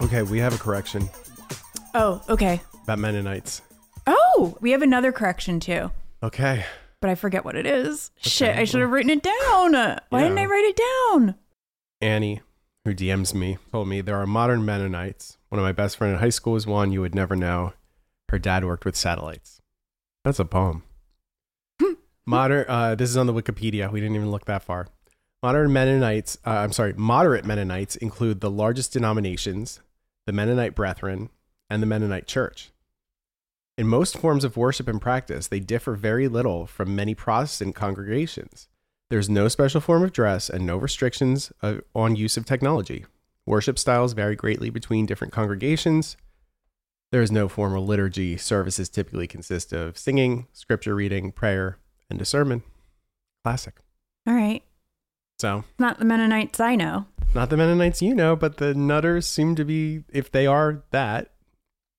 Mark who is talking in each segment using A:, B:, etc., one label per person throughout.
A: Okay, we have a correction
B: Oh, okay.
A: about Mennonites.
B: Oh, we have another correction too,
A: Okay.
B: but I forget what it is. Shit, I should have written it down. Why didn't I
A: Yeah.
B: write it down?
A: Annie, who DMs me, told me there are modern Mennonites. One of my best friend in high school was one you would never know. Her dad worked with satellites. That's a poem. modern. Uh, this is on the Wikipedia. We didn't even look that far. Modern Mennonites. Uh, I'm sorry. Moderate Mennonites include the largest denominations, the Mennonite Brethren, and the Mennonite Church. In most forms of worship and practice, they differ very little from many Protestant congregations. There's no special form of dress and no restrictions uh, on use of technology. Worship styles vary greatly between different congregations. There is no formal liturgy. Services typically consist of singing, scripture reading, prayer, and a sermon. Classic.
B: All right.
A: So,
B: Not the Mennonites I know.
A: not the Mennonites you know, but the Nutters seem to be, if they are that,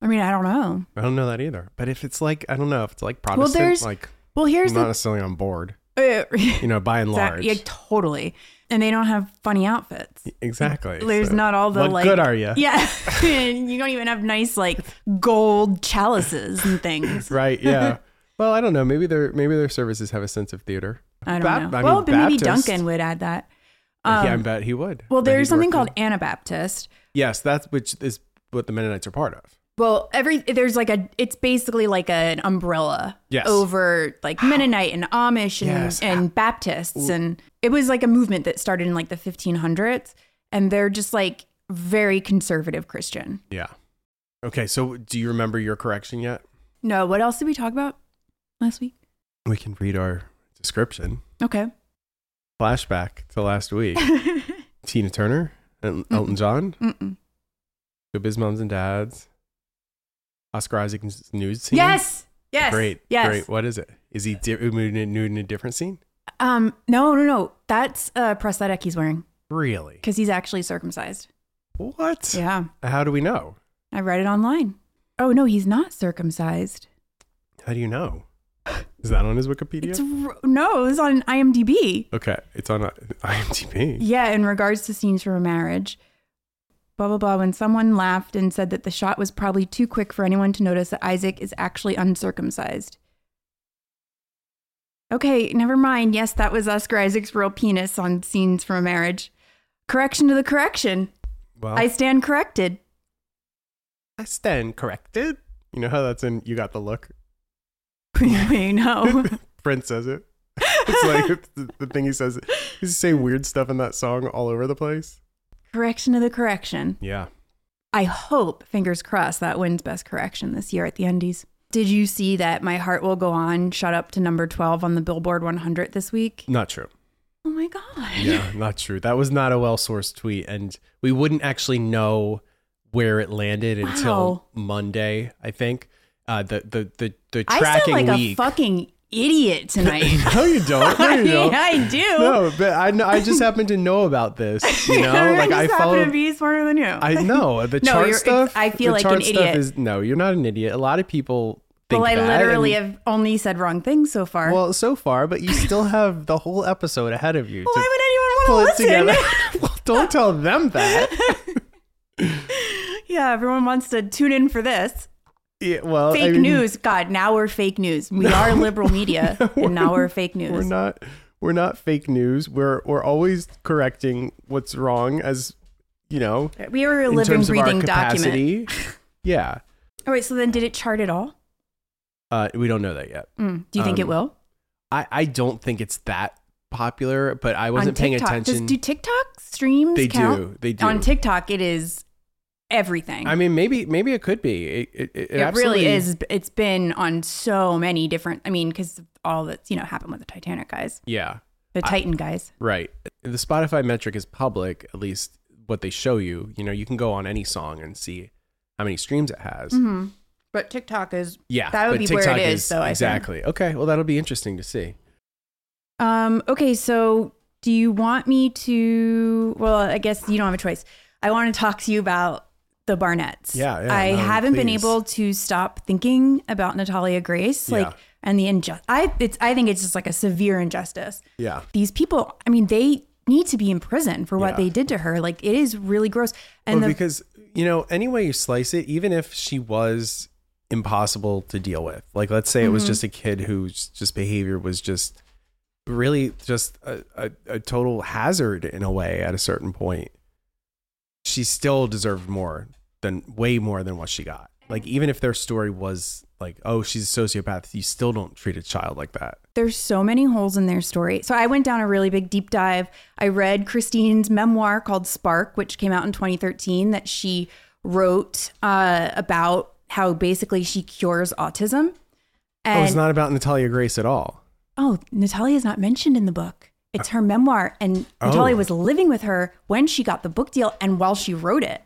B: I mean, I don't know.
A: I don't know that either. But if it's like, I don't know, if it's like Protestant,
B: there's-
A: like,
B: Well, here's
A: I'm not necessarily on board,
B: the.
A: you know, by and
B: That-
A: large.
B: yeah, totally. And they don't have funny outfits.
A: Exactly.
B: There's
A: So,
B: not all the
A: what
B: like.
A: good are you?
B: Yeah, you don't even have nice like gold chalices and things.
A: right yeah well i don't know maybe their maybe their services have a sense of theater
B: I don't
A: Bap-
B: know.
A: I mean,
B: well, but maybe
A: Baptist-
B: Duncan would add that.
A: yeah i
B: Um,
A: bet he would
B: Well,
A: Bet
B: there's
A: he'd
B: something
A: work
B: called
A: in-
B: Anabaptist.
A: yes that's which is what the mennonites are part of
B: Well, every there's like a it's basically like an umbrella
A: Yes.
B: over like Mennonite and Amish and,
A: Yes.
B: and Baptists and it was like a movement that started in like the 1500s and they're just like very conservative Christian.
A: yeah okay so do you remember your correction yet
B: No, what else did we talk about last week?
A: we can read our description
B: Okay.
A: flashback to last week
B: Mm-mm.
A: tina turner and
B: Mm-hmm.
A: elton john good biz moms and dads oscar isaac's nude scene
B: Yes. Yes.
A: great
B: Yes.
A: great what is it is he di- nude in nude in a different scene
B: Um. No. No. No. That's a prosthetic he's wearing
A: really
B: because he's actually circumcised.
A: what
B: Yeah.
A: how do we know
B: I read it online. Oh no, he's not circumcised.
A: How do you know? Is that on his Wikipedia?
B: It's r- no. It's on IMDb.
A: okay, it's on uh, IMDb.
B: Yeah. In regards to scenes from a marriage. Blah blah blah. When someone laughed and said that the shot was probably too quick for anyone to notice that Isaac is actually uncircumcised. Okay, never mind. Yes, that was Oscar Isaac's real penis on scenes from a marriage. Correction to the correction.
A: Well,
B: I
A: I,
B: stand corrected.
A: stand corrected. You know how that's in You Got the Look?
B: Wait, no.
A: Prince says it. It's like the, the thing he says. He's saying weird stuff in that song all over the place.
B: correction to the correction.
A: Yeah.
B: I hope, fingers crossed, that wins best correction this year at the Undies. Did you see that My Heart Will Go On shot up to number 12 on the Billboard 100 this week?
A: Not true.
B: Oh my God.
A: Yeah, not true. That was not a well sourced tweet. And we wouldn't actually know where it landed
B: Wow.
A: until Monday, I think. Uh, the, the, the, the
B: I sound
A: tracking
B: like
A: week.
B: a fucking idiot tonight.
A: no, you don't. No, you don't.
B: I do.
A: No, but I, kn- I just happen to know about this. You know,
B: I
A: like
B: just
A: I
B: happen
A: follow.
B: to be smarter than you.
A: I know the
B: No,
A: chart
B: you're- it's-
A: stuff.
B: I feel
A: the
B: like an
A: chart stuff
B: idiot.
A: Is, no, you're not an idiot. A lot of people think
B: well, I
A: that,
B: literally
A: and-
B: have only said wrong things so far.
A: well so far, but you still have the whole episode ahead of you to
B: Why would
A: pull
B: anyone
A: it
B: want to
A: together.
B: listen?
A: well, don't tell them that.
B: yeah, everyone wants to tune in for this.
A: Yeah, well, I
B: fake
A: mean,
B: news. God, now we're fake news. We are liberal media, and now we're fake news.
A: We're not. We're not fake news. We're we're always correcting what's wrong as you know
B: we are a
A: in
B: living,
A: terms of our
B: breathing document.
A: capacity. Yeah.
B: All right. So then, did it chart at all?
A: Uh, we don't know that yet.
B: Mm, Do you think it
A: Um,
B: will?
A: I, I don't think it's that popular, but I wasn't
B: on
A: paying
B: TikTok.
A: attention.
B: Does, do TikTok streams
A: they
B: count?
A: do. They do.
B: On TikTok, it is everything.
A: I mean, maybe maybe it could be. It, it, it,
B: it really
A: absolutely-
B: is. It's been on so many different. I mean, because all that's you know happened with the Titanic guys,
A: Yeah.
B: the Titan guys.
A: Right. The Spotify metric is public, at least what they show you. You know, you can go on any song and see how many streams it has.
B: But TikTok is
A: Yeah.
B: Mm-hmm. That would
A: but
B: be where it
A: TikTok
B: is, though, I think.
A: exactly. Okay. Well, that'll be interesting to see.
B: Um, okay, so do you want me to? Well, I guess you don't have a choice. I want to talk to you about the Barnetts.
A: Yeah, yeah,
B: I
A: no,
B: haven't been
A: please.
B: able to stop thinking about Natalia Grace, like,
A: Yeah.
B: and the injustice. I it's I think it's just like a severe injustice.
A: Yeah.
B: These people, I mean, they need to be in prison for what
A: Yeah.
B: they did to her. Like, it is really gross. And the
A: well, because you know, any way you slice it, even if she was impossible to deal with, like let's say it was
B: Mhm.
A: just a kid whose just behavior was just really just a, a, a total hazard in a way at a certain point, she still deserved more than way more than what she got. Like even if their story was like, oh, she's a sociopath, you still don't treat a child like that.
B: There's so many holes in their story. So I went down a really big deep dive. I read Christine's memoir called Spark, which came out in 2013, that she wrote uh, about how basically she cures autism.
A: oh, it's
B: And
A: not about Natalia Grace at all.
B: oh, Natalia's not mentioned in the book. It's her memoir. And Natalia
A: Oh.
B: was living with her when she got the book deal and while she wrote it.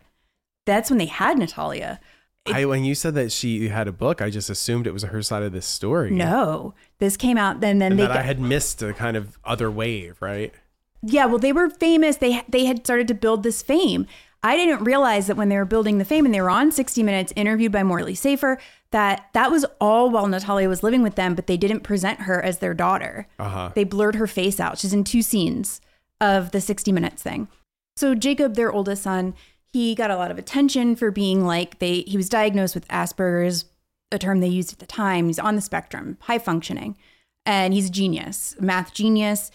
B: That's when they had Natalia.
A: I when you said that she had a book, I just assumed it was her side of this story.
B: No, this came out then. Then
A: and
B: they
A: that I had missed a kind of other wave, right?
B: Yeah, well, they were famous. They they had started to build this fame. I didn't realize that when they were building the fame and they were on 60 Minutes, interviewed by Morley Safer, that that was all while Natalia was living with them, but they didn't present her as their daughter.
A: Uh huh.
B: They blurred her face out. She's in two scenes of the 60 Minutes thing. So Jacob, their oldest son, he got a lot of attention for being like they he was diagnosed with Asperger's, a term they used at the time. He's on the spectrum, high functioning. And he's a genius, math genius.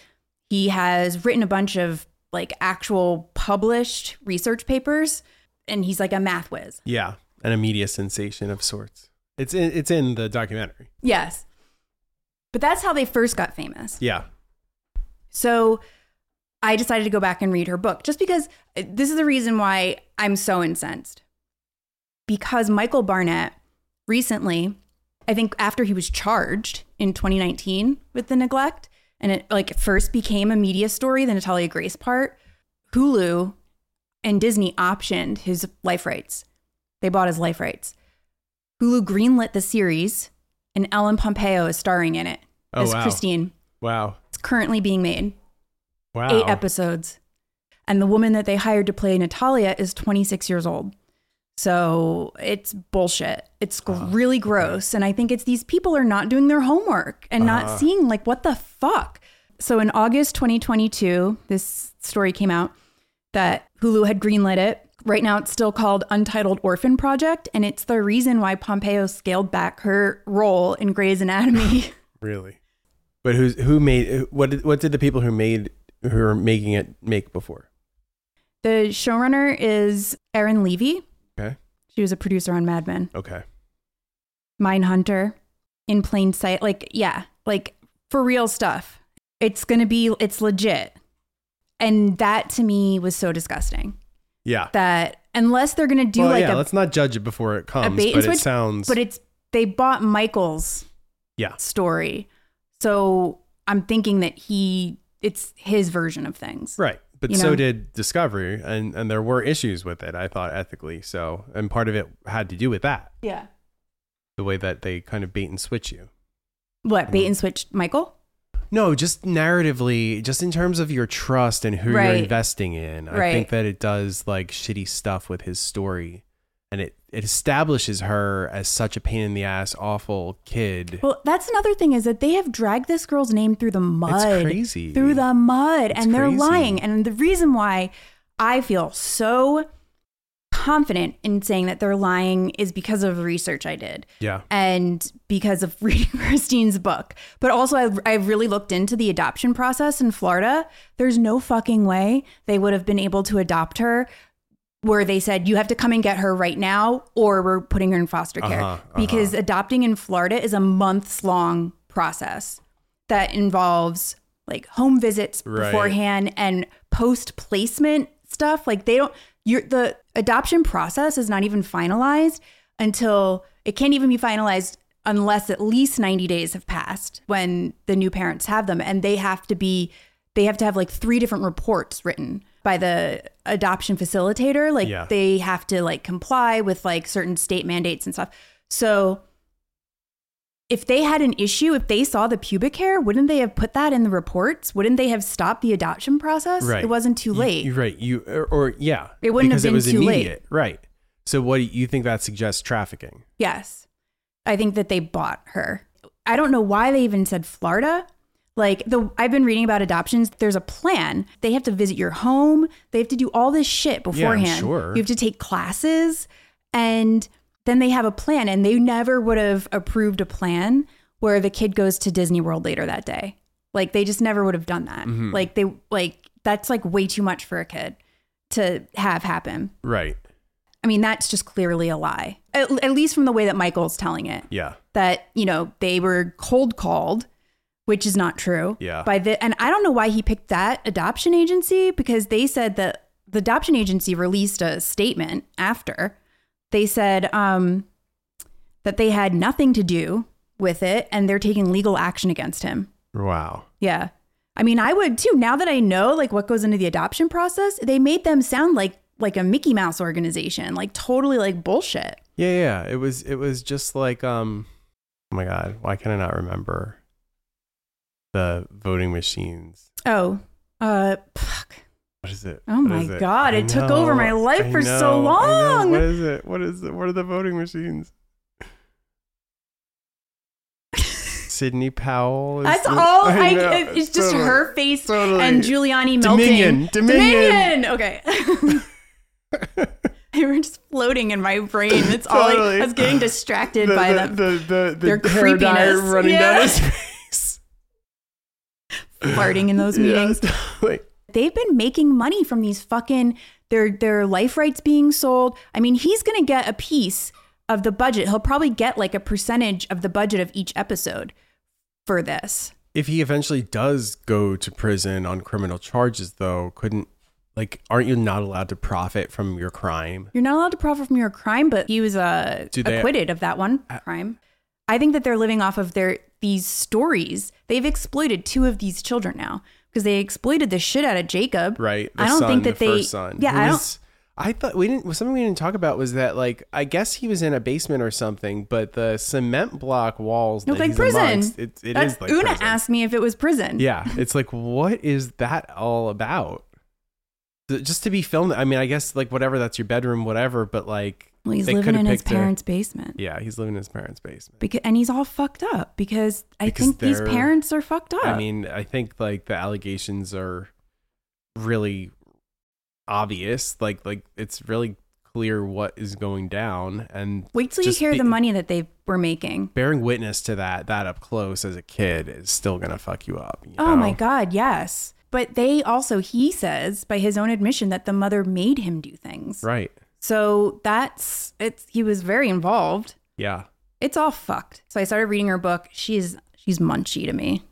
B: He has written a bunch of like actual published research papers and he's like a math whiz.
A: Yeah, and a media sensation of sorts. It's in it's in the documentary.
B: Yes. But that's how they first got famous.
A: Yeah,
B: So I decided to go back and read her book just because uh, this is the reason why I'm so incensed. Because Michael Barnett recently, I think after he was charged in 2019 with the neglect, and it like first became a media story, the Natalia Grace part, Hulu and Disney optioned his life rights. They bought his life rights. Hulu greenlit the series, and Ellen Pompeo is starring in it
A: Oh,
B: as
A: wow.
B: Christine.
A: wow,
B: It's currently being made
A: wow.
B: eight episodes. And the woman that they hired to play Natalia is 26 years old. So it's bullshit. It's
A: Oh.
B: gr- really gross. And I think it's these people are not doing their homework and
A: Uh-huh.
B: not seeing, like, what the fuck? So in August 2022, this story came out that Hulu had greenlit it. Right now, it's still called Untitled Orphan Project. And it's the reason why Pompeo scaled back her role in Grey's Anatomy.
A: really. But who's who made what? Did, what did the people who made who were making it make before?
B: the showrunner is Erin Levy.
A: Okay,
B: She was a producer on Mad Men,
A: okay.
B: Mindhunter, In Plain Sight. Like, yeah, like for real stuff. It's going to be, it's legit. And that to me was so disgusting
A: Yeah.
B: that unless they're going to do
A: well,
B: like
A: yeah.
B: a,
A: let's not judge it before it comes.
B: bait and
A: but
B: switch,
A: it sounds.
B: but it's, they bought Michael's
A: yeah.
B: story. So I'm thinking that he, it's his version of things.
A: Right. But
B: you
A: so
B: know?
A: did Discovery, and, and there were issues with it, I thought, ethically. So, and part of it had to do with that,
B: Yeah.
A: the way that they kind of bait and switch you.
B: What,
A: Mm.
B: bait and switch Michael?
A: No, just narratively, just in terms of your trust and who you're
B: Right.
A: investing in. I
B: Right.
A: think that it does like shitty stuff with his story. And it, it establishes her as such a pain in the ass, awful kid.
B: Well, that's another thing is that they have dragged this girl's name through the mud.
A: crazy.
B: Through the mud.
A: It's
B: and they're
A: crazy.
B: lying. And the reason why I feel so confident in saying that they're lying is because of research I did
A: yeah.
B: and because of reading Christine's book. But also, I, I really looked into the adoption process in Florida. There's no fucking way they would have been able to adopt her where they said, you have to come and get her right now, or we're putting her in foster care.
A: Uh-huh, uh-huh.
B: Because adopting in Florida is a months long process that involves like home visits
A: Right.
B: beforehand and post placement stuff. Like they don't your the adoption process is not even finalized until it can't even be finalized unless at least 90 days have passed when the new parents have them and they have to be they have to have like three different reports written by the adoption facilitator like
A: Yeah.
B: they have to like comply with like certain state mandates and stuff so if they had an issue, if they saw the pubic hair, wouldn't they have put that in the reports? Wouldn't they have stopped the adoption process?
A: Right.
B: It wasn't too
A: You-
B: late.
A: You, right. You, or, or yeah.
B: It wouldn't have
A: because
B: been too late.
A: Right. So, what do you think that suggests trafficking?
B: yes. I think that they bought her. I don't know why they even said Florida. Like the I've been reading about adoptions, there's a plan. They have to visit your home. They have to do all this shit beforehand.
A: sure.
B: You have to take classes and then they have a plan and they never would have approved a plan where the kid goes to Disney World later that day. Like they just never would have done that. Like they like that's like way too much for a kid to have happen.
A: Right.
B: I mean, that's just clearly a lie. At, at least from the way that Michael's telling it
A: Yeah.
B: that you know they were cold called which is not true
A: Yeah.
B: by the and i don't know why he picked that adoption agency because they said that the adoption agency released a statement after they said um that they had nothing to do with it and they're taking legal action against him
A: Wow.
B: yeah i mean i would too now that i know like what goes into the adoption process they made them sound like like a mickey mouse organization like totally like bullshit
A: Yeah, yeah. It was it was just like um oh my god, why can I not remember the voting machines?
B: oh uh fuck
A: What is it?
B: Oh
A: What
B: my
A: is it?
B: God,
A: I
B: it took over my life
A: I
B: for so
A: know, I know.
B: long.
A: What is it? What is it? What are the voting machines? Sydney Powell. Is
B: That's
A: the-
B: all. I,
A: know,
B: it- it's just
A: totally.
B: her face
A: Totally.
B: and Giuliani melting.
A: Dominion, Dominion.
B: Dominion. Okay. they were just floating in my brain. That's all. I,
A: Totally.
B: I was getting distracted
A: the,
B: by
A: the,
B: them.
A: the, the, the,
B: their
A: hair dye
B: creepiness.
A: running
B: Yeah.
A: down his face.
B: farting in those meetings.
A: Yeah, totally.
B: They've been making money from these fucking their their life rights being sold. I mean, he's gonna get a piece of the budget. He'll probably get like a percentage of the budget of each episode for this.
A: if he eventually does go to prison on criminal charges though couldn't like aren't you not allowed to profit from your crime
B: You're not allowed to profit from your crime, but he was uh,
A: Do they-
B: acquitted of that one crime. I think that they're living off of their these stories. They've exploited two of these children now because they exploited the shit out of Jacob.
A: right
B: I don't think
A: the
B: that they-
A: first son
B: yeah,
A: who
B: I don't-
A: was- I thought we didn't something we didn't talk about was that like I guess he was in a basement or something, but the cement block walls
B: It was
A: that
B: like
A: he's
B: prison.
A: amongst, it, it
B: That's
A: is like
B: Una
A: prison.
B: asked me if it was prison.
A: Yeah, it's like what is that all about? Th- Just to be filmed. I mean, I guess like whatever that's your bedroom, whatever. But like
B: well, he's
A: they
B: living
A: coulda
B: in his
A: picked a-
B: parents' basement.
A: yeah, he's living in his parents' basement.
B: Because, and he's all fucked up because I
A: Because
B: think these
A: they're-
B: parents are fucked up.
A: I mean, I think like the allegations are really obvious. Like like it's really clear what is going down and
B: wait till you
A: just
B: hear
A: be-
B: the money that they were making.
A: bearing witness to that that up close as a kid is still going to fuck you up. you
B: Oh my
A: know?
B: God, yes. But they also, he says by his own admission, that the mother made him do things.
A: Right.
B: So that's it's he was very involved.
A: Yeah.
B: It's all fucked. So I started reading her book. She's she's munchy to me.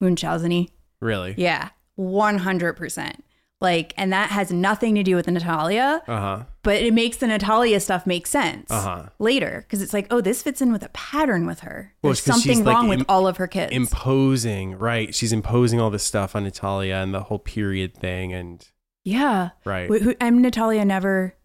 B: Munchausen-y.
A: Really.
B: Yeah. 100%. Like and that has nothing to do with Natalia,
A: Uh-huh.
B: but it makes the Natalia stuff make sense
A: Uh-huh.
B: later cuz it's like, oh, this fits in with a pattern with her.
A: Well,
B: There's
A: it's 'cause she's,
B: something
A: like,
B: wrong with
A: im-
B: all of her kids.
A: Imposing, right? She's imposing all this stuff on Natalia and the whole period thing and
B: yeah.
A: right.
B: Wh- who- and Natalia never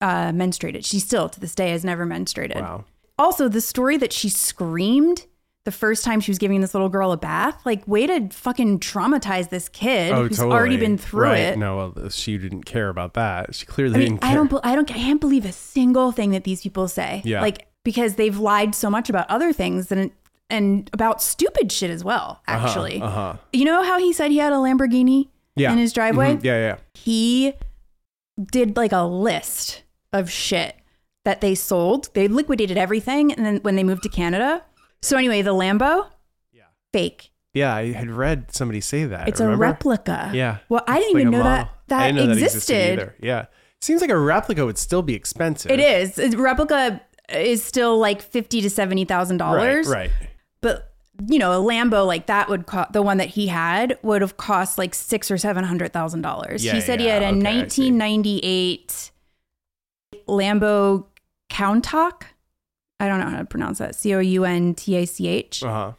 B: uh, menstruated. She still to this day has never menstruated.
A: Wow.
B: also the story that she screamed the first time she was giving this little girl a bath like way to fucking traumatize this kid
A: oh,
B: who's
A: totally.
B: already been through
A: right.
B: it
A: No, well, she didn't care about that. She clearly
B: i mean
A: didn't care.
B: i don't be- i don't i can't believe a single thing that these people say
A: Yeah.
B: like because they've lied so much about other things and and about stupid shit as well actually
A: Uh-huh.
B: you know how he said he had a lamborghini
A: Yeah.
B: in his driveway
A: Mhm. Yeah, yeah.
B: he did like a list of shit that they sold. They liquidated everything and then when they moved to Canada. So anyway, the Lambo,
A: Yeah.
B: fake.
A: Yeah, I had read somebody say that.
B: It's
A: remember?
B: a replica.
A: Yeah.
B: Well, I
A: It's
B: didn't
A: like
B: even
A: a
B: know that
A: model. I
B: that
A: didn't know
B: existed.
A: either. yeah. Seems like a replica would still be expensive.
B: it is. A replica is still like fifty to seventy thousand
A: Right,
B: dollars.
A: right.
B: But you know, a Lambo like that would cost the one that he had would have cost like six or seven hundred thousand dollars.
A: Yeah,
B: he said he
A: yeah,
B: had a
A: okay, I see.
B: nineteen ninety eight Lambo Countach. I don't know how to pronounce that. C O U N T A C H.
A: Uh-huh.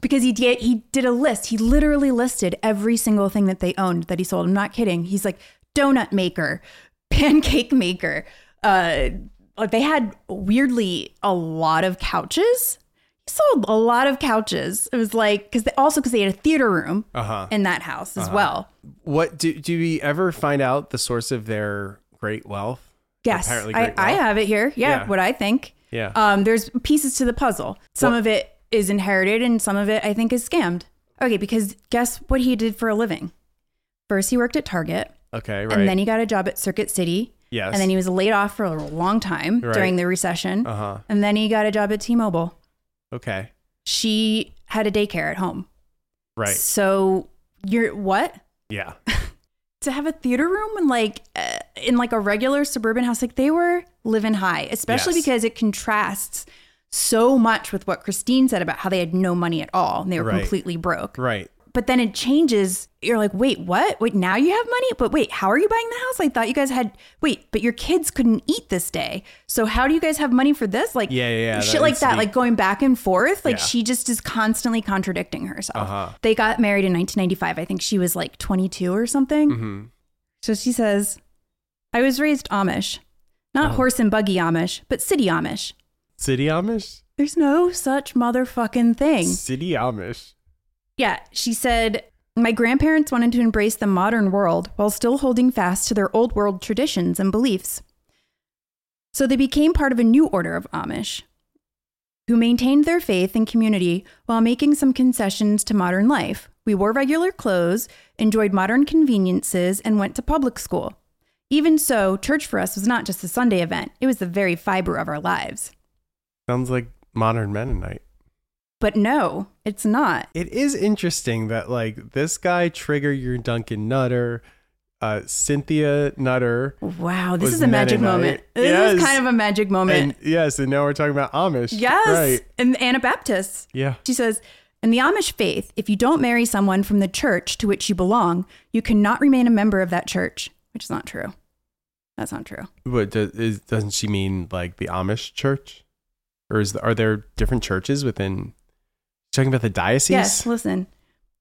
B: Because he did he did a list. He literally listed every single thing that they owned that he sold. I'm not kidding. He's like donut maker, pancake maker. Uh, like, they had weirdly a lot of couches. He sold a lot of couches. It was like because they also because they had a theater room
A: Uh-huh.
B: in that house as well.
A: What do do we ever find out the source of their great wealth?
B: Yes,
A: Apparently
B: I,
A: great
B: I
A: wealth.
B: have it here. Yeah,
A: Yeah.
B: what I think.
A: Yeah.
B: Um, there's pieces to the puzzle. Some of it is inherited, and some of it I think is scammed. Okay, because guess what he did for a living? First, he worked at Target,
A: Okay, right.
B: and then he got a job at Circuit City,
A: yes.
B: and then he was laid off for a long time
A: Right.
B: during the recession,
A: Uh huh.
B: and then he got a job at T-Mobile.
A: Okay.
B: She had a daycare at home,
A: Right.
B: So you're what?
A: Yeah.
B: to have a theater room and like uh, in like a regular suburban house like they were living high especially
A: Yes.
B: because it contrasts so much with what christine said about how they had no money at all and they were
A: Right.
B: completely broke
A: Right.
B: but then it changes you're like wait what wait now you have money but wait how are you buying the house i thought you guys had wait but your kids couldn't eat this day so how do you guys have money for this like
A: Yeah, yeah, yeah.
B: shit
A: That
B: like
A: needs to
B: that
A: be-
B: like going back and forth like
A: Yeah.
B: she just is constantly contradicting herself
A: Uh-huh.
B: they got married in 1995 i think she was like 22 or something
A: Mm-hmm.
B: so she says, I was raised Amish, not
A: Oh.
B: horse and buggy Amish, but city Amish.
A: City Amish.
B: There's no such motherfucking thing.
A: City Amish.
B: Yeah, she said, My grandparents wanted to embrace the modern world while still holding fast to their old world traditions and beliefs. So they became part of a new order of Amish who maintained their faith and community while making some concessions to modern life. We wore regular clothes, enjoyed modern conveniences, and went to public school. Even so, church for us was not just a Sunday event, it was the very fiber of our lives.
A: Sounds like modern Mennonite.
B: But no, it's not.
A: It is interesting that like this guy trigger your Duncan Nutter, uh, Cynthia Nutter,
B: Wow, this
A: Was
B: is a magic
A: Mennonite.
B: moment. This is
A: Yes.
B: kind of a magic moment.
A: and yes, and now we're talking about Amish.
B: Yes.
A: Right.
B: And the Anabaptists.
A: Yeah.
B: She says, in the Amish faith, if you don't marry someone from the church to which you belong, you cannot remain a member of that church, which is not true. That's not true.
A: But does, is, doesn't she mean like the Amish church, or is the, are there different churches within? Talking about the diocese.
B: Yes, listen.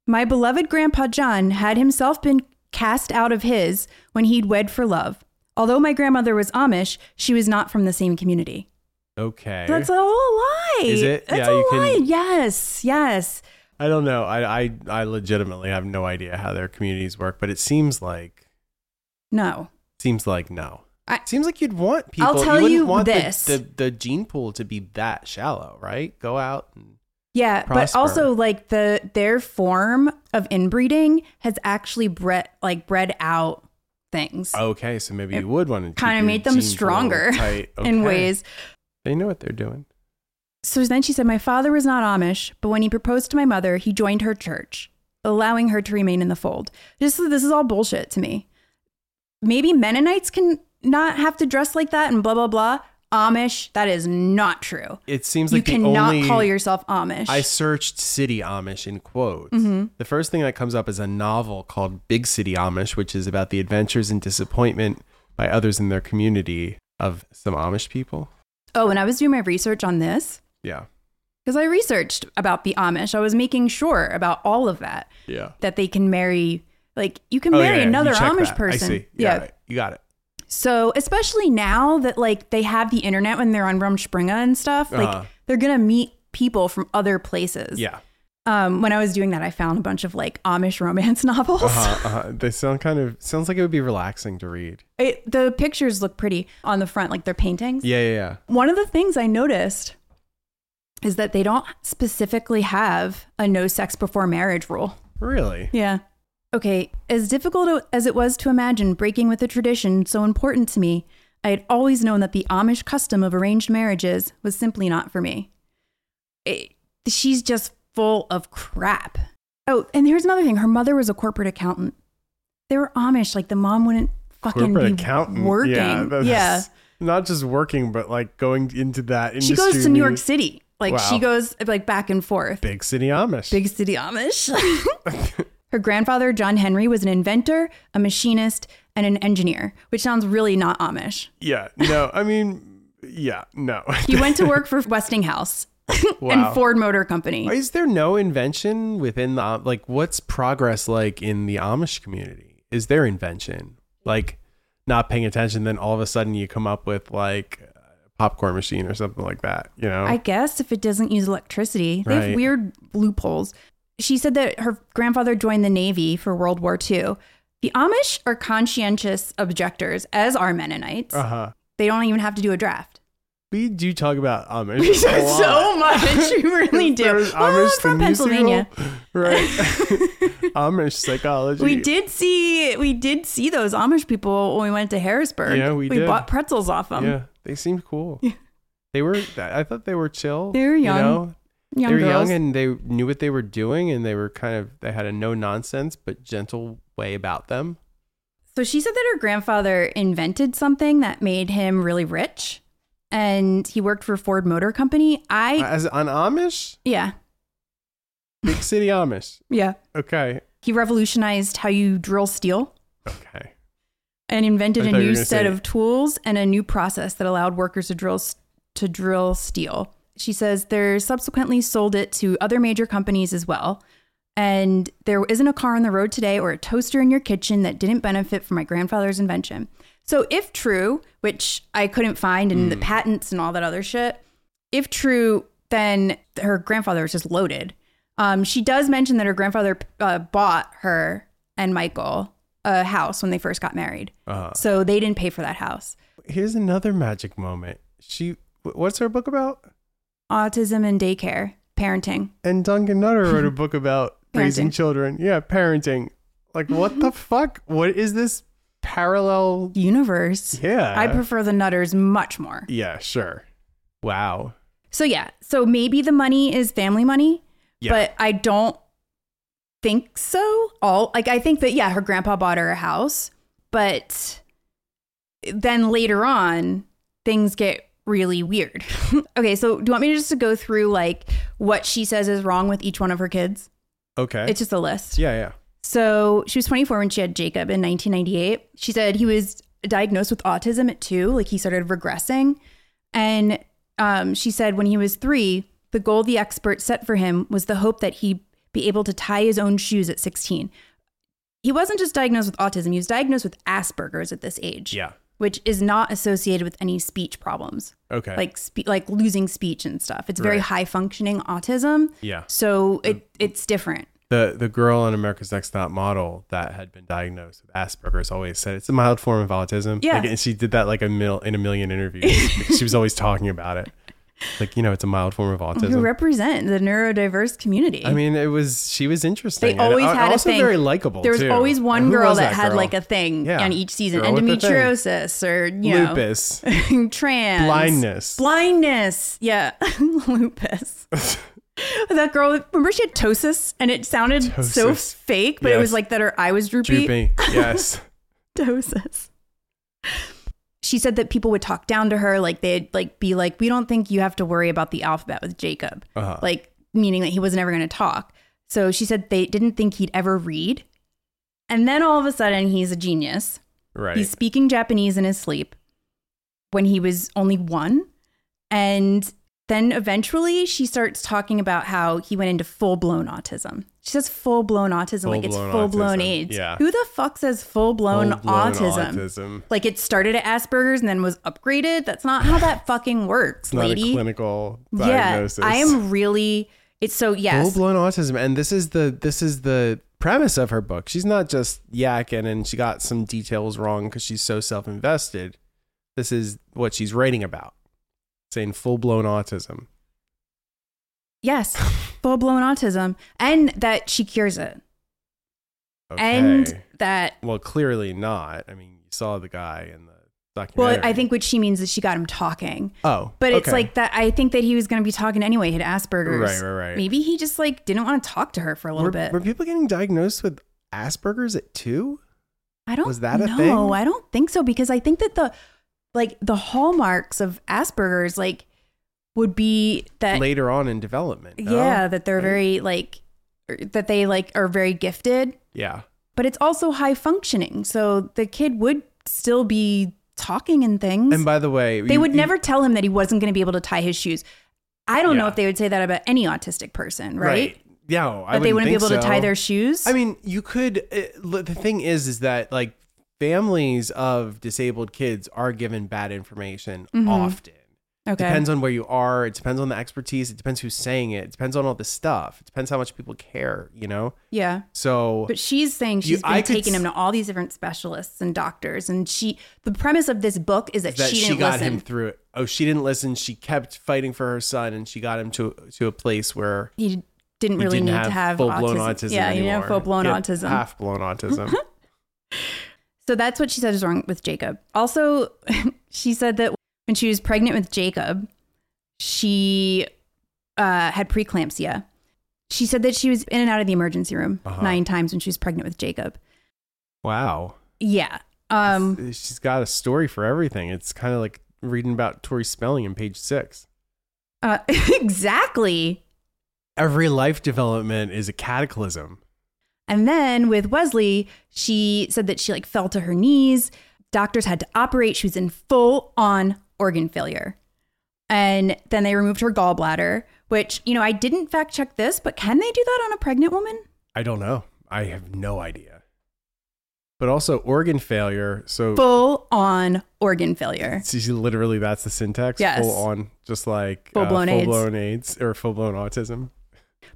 B: My beloved Grandpa John had himself been cast out of his when he'd wed for love. Although my grandmother was Amish, she was not from the same community.
A: Okay.
B: That's a whole lie.
A: Is it?
B: That's
A: Yeah,
B: a
A: you can-
B: lie. Yes, yes.
A: I don't know. I, I I legitimately have no idea how their communities work, but it seems like
B: No.
A: seems like no.
B: I-
A: seems like you'd want people.
B: tell
A: wouldn't
B: you
A: want the-
B: this.
A: The, the gene pool to be that shallow, right? Go out. And,
B: Yeah, but
A: prosper.
B: also like the their form of inbreeding has actually bred like bred out things
A: okay, so maybe you would want to
B: kinda
A: keep your
B: made them
A: gene pool
B: stronger
A: tight.
B: in
A: Okay.
B: ways.
A: they know what they're doing.
B: So then she said, "My father was not Amish, but when he proposed to my mother, he joined her church, allowing her to remain in the fold." This is this is all bullshit to me. Maybe Mennonites can not have to dress like that and blah blah blah. Amish, that is not true.
A: It seems
B: You
A: like the
B: cannot
A: only-
B: call yourself Amish. Mm-hmm.
A: I searched City Amish in quotes. The first thing that comes up is a novel called Big City Amish, which is about the adventures and disappointment by others in their community of some Amish people.
B: oh, and I was doing my research on this.
A: Yeah.
B: Because I researched about the Amish. I was making sure about all of that,
A: Yeah.
B: that they can marry, like, you
A: Oh,
B: can marry another Amish person.
A: I see. Yeah. You got it.
B: So, especially now that, like, they have the internet when they're on Rumspringa and stuff, like,
A: Uh-huh.
B: they're going to meet people from other places.
A: Yeah.
B: Um, when I was doing that, I found a bunch of, like, Amish romance novels.
A: Uh-huh, uh-huh. They sound kind of sounds like it would be relaxing to read.
B: It- the pictures look pretty on the front, like, they're paintings.
A: Yeah, yeah, yeah.
B: One of the things I noticed is that they don't specifically have a no sex before marriage rule.
A: Really?
B: Yeah. Okay, as difficult as it was to imagine breaking with a tradition so important to me, I had always known that the Amish custom of arranged marriages was simply not for me. It- she's just full of crap. Oh, and here's another thing her mother was a corporate accountant. They were Amish, like the mom wouldn't fucking
A: Corporate
B: be
A: accountant.
B: working.
A: Yeah,
B: Yeah.
A: that's- Not just working, but like going into that
B: She
A: industry.
B: goes to New York
A: means
B: City. Like she
A: Wow.
B: goes like back and forth.
A: Big City Amish.
B: Big city Amish. Her grandfather, John Henry, was an inventor, a machinist, and an engineer, which sounds really not Amish.
A: Yeah. No, I mean, yeah, no.
B: He went to work for Westinghouse
A: Wow.
B: and Ford Motor Company.
A: Is there no invention within the um, like what's progress like in the Amish community? Is there invention? Like not paying attention then all of a sudden you come up with like a popcorn machine or something like that, you know?
B: I guess if it doesn't use electricity, they have
A: Right.
B: weird loopholes. She said that her grandfather joined the Navy for World War II. The Amish are conscientious objectors, as are Mennonites.
A: uh-huh.
B: They don't even have to do a draft.
A: We do talk about Amish.
B: We
A: a
B: said
A: lot.
B: so much. You really do.
A: There's
B: Well,
A: Amish
B: I'm from
A: the
B: Pennsylvania.
A: musical. right? Amish psychology.
B: We did see we did see those Amish people when we went to Harrisburg.
A: Yeah, we did.
B: bought pretzels off them.
A: Yeah, they seemed cool. They were. I thought they were chill.
B: They were young,
A: You know?
B: Young
A: they were
B: girls.
A: young and they knew what they were doing, and they were kind of. They had a no nonsense but gentle way about them.
B: so she said that her grandfather invented something that made him really rich, and he worked for Ford Motor Company. I
A: Uh, As on Amish,
B: yeah
A: big city Amish.
B: yeah.
A: Okay.
B: He revolutionized how you drill steel
A: Okay.
B: and invented
A: I
B: a
A: thought you were
B: new
A: gonna
B: set
A: say-
B: of tools and a new process that allowed workers to drill s- to drill steel. She says they're subsequently sold it to other major companies as well. And there isn't a car on the road today or a toaster in your kitchen that didn't benefit from my grandfather's invention. So, if true, which I couldn't find in the
A: Hmm.
B: patents and all that other shit, if true, then her grandfather was just loaded. Um, she does mention that her grandfather uh, bought her and Michael a house when they first got married.
A: Uh,
B: So they didn't pay for that house.
A: here's another magic moment. She. wh- What's her book about?
B: Autism and daycare, parenting.
A: And Duncan Nutter wrote a book about raising
B: Parenting.
A: children. Yeah, parenting. Like, what the fuck? What is this parallel?
B: Universe.
A: Yeah.
B: I prefer the Nutters much more.
A: yeah, sure. Wow.
B: So yeah, so maybe the money is family money,
A: Yeah.
B: but I don't think so. All like I think that yeah, her grandpa bought her a house, but then later on things get really weird. okay, so do you want me to just to go through like what she says is wrong with each one of her kids?
A: Okay.
B: It's just a list.
A: yeah, yeah.
B: So she was 24 when she had Jacob in 1998. She said he was diagnosed with autism at two, like he started regressing. And um, she said when he was three, the goal the expert set for him was the hope that he be able to tie his own shoes at 16. He wasn't just diagnosed with autism, he was diagnosed with Asperger's at this age,
A: Yeah.
B: which is not associated with any speech problems,
A: Okay.
B: like spe- like losing speech and stuff. It's very
A: Right.
B: high functioning autism.
A: yeah. Mm.
B: So it, it's different.
A: The the girl on America's Next Top Model that had been diagnosed with Asperger's always said it's a mild form of autism.
B: Yeah.
A: Like, and she did that like a mil- in a million interviews. she was always talking about it. Like, you know, it's a mild form of
B: who
A: autism.
B: represent the neurodiverse community.
A: I mean, it was she was interesting.
B: They always
A: and, uh,
B: had a
A: also
B: thing.
A: very likable.
B: there was
A: too.
B: always one
A: Who
B: girl
A: was
B: that, had
A: girl?
B: like a thing
A: Yeah.
B: on each season
A: Girl with the thing.
B: endometriosis or you know
A: lupus,
B: trans
A: blindness.
B: blindness yeah lupus that girl remember she had ptosis and it sounded so
A: Ptosis.
B: fake but it was
A: Yes.
B: like that her eye was droopy,
A: Droopy. Yes.
B: ptosis she said that people would talk down to her like they'd like be like we don't think you have to worry about the alphabet with jacob
A: Uh-huh.
B: like meaning that he was never going to talk. So she said they didn't think he'd ever read. And then all of a sudden, he's a genius.
A: Right.
B: He's speaking Japanese in his sleep when he was only one. And then eventually, she starts talking about how he went into full blown autism. She says full blown autism, like it's
A: Full-blown
B: full blown
A: autism,
B: AIDS.
A: yeah.
B: Who the fuck says full blown
A: Full-blown
B: autism? Like it started at Asperger's and then was upgraded. That's not how that fucking works,
A: Not a
B: lady.
A: clinical
B: Yeah,
A: diagnosis.
B: I am really. It's so
A: full
B: yes,
A: blown autism, and this is the this is the premise of her book. She's not just yakking, and she got some details wrong because she's so self invested. This is what she's writing about, saying full blown autism.
B: yes, full blown autism, and that she cures it, and
A: Okay.
B: that
A: well, clearly not. I mean, you saw the guy in the
B: well,
A: documentary.
B: I think what she means is she got him talking,
A: Oh,
B: but it's
A: okay.
B: like that. I think that he was going to be talking anyway. He had Asperger's,
A: Right, right, right.
B: Maybe he just like didn't want to talk to her for a little
A: were,
B: bit.
A: were people getting diagnosed with Asperger's at two?
B: I don't
A: was that a
B: know.
A: thing?
B: I don't think so because I think that the like the hallmarks of Asperger's like would be that
A: Later on in development. no?
B: Uh, yeah that they're
A: Right?
B: very like er, that they like are very gifted
A: Yeah.
B: but it's also high functioning. So the kid would still be talking and things.
A: And by the way,
B: they
A: you-
B: would
A: you-
B: never tell him that he wasn't going to be able to tie his shoes. I don't know
A: Yeah.
B: if they would say that about any autistic person, right?
A: Yeah, no, I
B: But they wouldn't be able
A: think
B: to tie
A: so.
B: their shoes.
A: I mean, you could. It, l- the thing is, is that like families of disabled kids are given bad information often.
B: Mm-hmm. Okay.
A: depends on where you are. It depends on the expertise. It depends who's saying it. It depends on all this stuff. It depends how much people care, you know?
B: yeah.
A: So
B: But she's saying
A: You-
B: she's
A: I
B: been
A: could
B: taking him
A: s-
B: to all these different specialists and doctors, and she. The premise of this book is that,
A: that
B: she
A: she,
B: didn't
A: got
B: listen.
A: him through it. Oh, she didn't listen. She kept fighting for her son and she got him to to a place where
B: he didn't really
A: he didn't
B: need
A: have,
B: to have
A: full
B: autism.
A: blown autism.
B: Yeah, you know,
A: anymore.
B: full blown
A: Yeah,
B: autism.
A: Half blown autism.
B: So that's what she said is wrong with Jacob. Also, she said that when she was pregnant with Jacob, she uh, had preeclampsia. She said that she was in and out of the emergency room
A: Uh-huh.
B: nine times when she was pregnant with Jacob.
A: wow.
B: Yeah. Um,
A: She's got a story for everything. It's kind of like reading about Tori Spelling in page six.
B: uh, exactly.
A: Every life development is a cataclysm.
B: And then with Wesley, she said that she like fell to her knees. Doctors had to operate. She was in full on organ failure. And then they removed her gallbladder, which, you know, I didn't fact check this, but can they do that on a pregnant woman?
A: I don't know. I have no idea. But also organ failure. So
B: Full on organ failure.
A: it's usually- literally that's the syntax.
B: Yes.
A: Full on, just like
B: Full-blown
A: full
B: AIDS.
A: blown AIDS or full blown autism.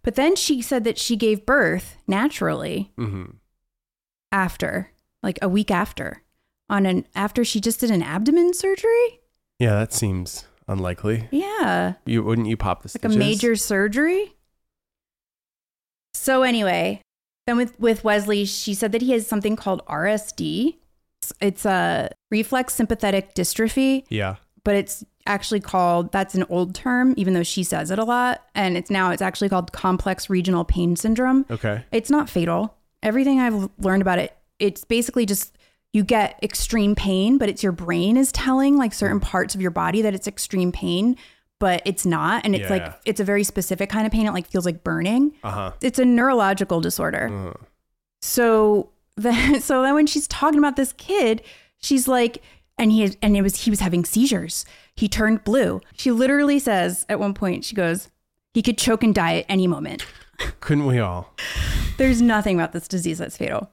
B: But then she said that she gave birth naturally
A: hmm
B: after, like a week after, on an after she just did an abdomen surgery.
A: Yeah, that seems unlikely.
B: Yeah.
A: You wouldn't you pop the
B: like
A: stitches?
B: a major surgery. So anyway, then with with Wesley, she said that he has something called RSD. It's- It's a reflex sympathetic dystrophy,
A: Yeah.
B: but it's actually called that's an old term even though she says it a lot and it's now it's actually called complex regional pain syndrome.
A: Okay.
B: It's not fatal. Everything I've learned about it, it's basically just you get extreme pain, but it's your brain is telling like certain parts of your body that it's extreme pain, but it's not. And it's
A: Yeah.
B: like, it's a very specific kind of pain. It like feels like burning.
A: Uh huh.
B: It's a neurological disorder. So then, so then when she's talking about this kid, she's like, and he and it was he was having seizures. He turned blue. She literally says at one point, she goes, he could choke and die at any moment.
A: Couldn't we all?
B: There's nothing about this disease that's fatal.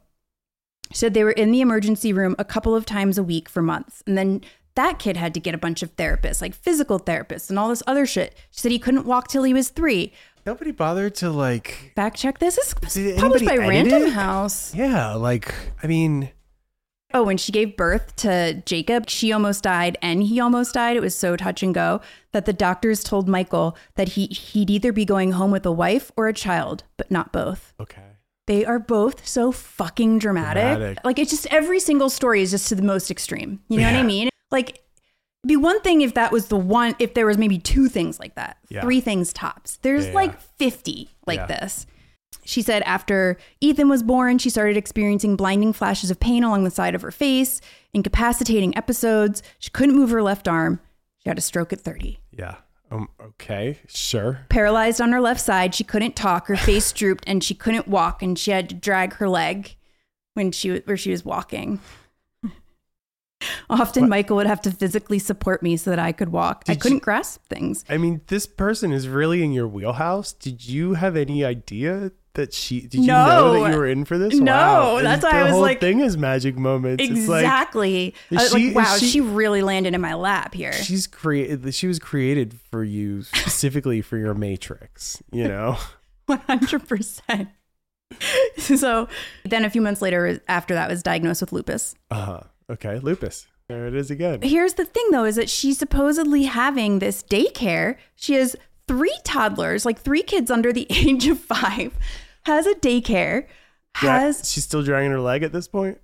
B: So they were in the emergency room a couple of times a week for months. And then that kid had to get a bunch of therapists, like physical therapists and all this other shit. She said he couldn't walk till he was three.
A: Nobody bothered to like.
B: Fact check this. This
A: Did
B: is published by
A: anybody edit
B: Random
A: it?
B: House.
A: Yeah, like I mean,
B: Oh, when she gave birth to Jacob, she almost died and he almost died. It was so touch and go that the doctors told Michael that he, he'd either be going home with a wife or a child, but not both.
A: okay.
B: They are both so fucking dramatic.
A: Dramatic.
B: Like it's just every single story is just to the most extreme. You know what
A: Yeah.
B: I mean? Like it'd be one thing if that was the one if there was maybe two things like that.
A: Yeah.
B: Three things tops. There's
A: Yeah.
B: like 50 like
A: Yeah.
B: this. She said after Ethan was born, she started experiencing blinding flashes of pain along the side of her face, incapacitating episodes. She couldn't move her left arm. She had a stroke at 30.
A: Yeah. Um. Okay. Sure.
B: Paralyzed on her left side, she couldn't talk, her face drooped, and she couldn't walk, and she had to drag her leg when she wa- where she was walking. Often, Michael would have to physically support me so that I could walk. I
A: Did
B: couldn't
A: you-
B: grasp things.
A: I mean, this person is really in your wheelhouse. Did you have any idea that she? Did you
B: No.
A: know that you were in for this?
B: No,
A: Wow.
B: that's why
A: the
B: I was
A: whole
B: like-
A: thing is magic moments. It's
B: Exactly.
A: is
B: I was
A: she-
B: like,
A: is
B: wow,
A: she-
B: she, really landed in my lap here.
A: like she's created. She was created for you specifically for your matrix. You know.
B: 100%. so then a few months later after that was diagnosed with lupus.
A: Uh huh. Okay. Lupus. There it is again.
B: here's the thing though is that she's supposedly having this daycare she has three toddlers like three kids under the age of five has a daycare
A: Dra-
B: has
A: she's still dragging her leg at this point?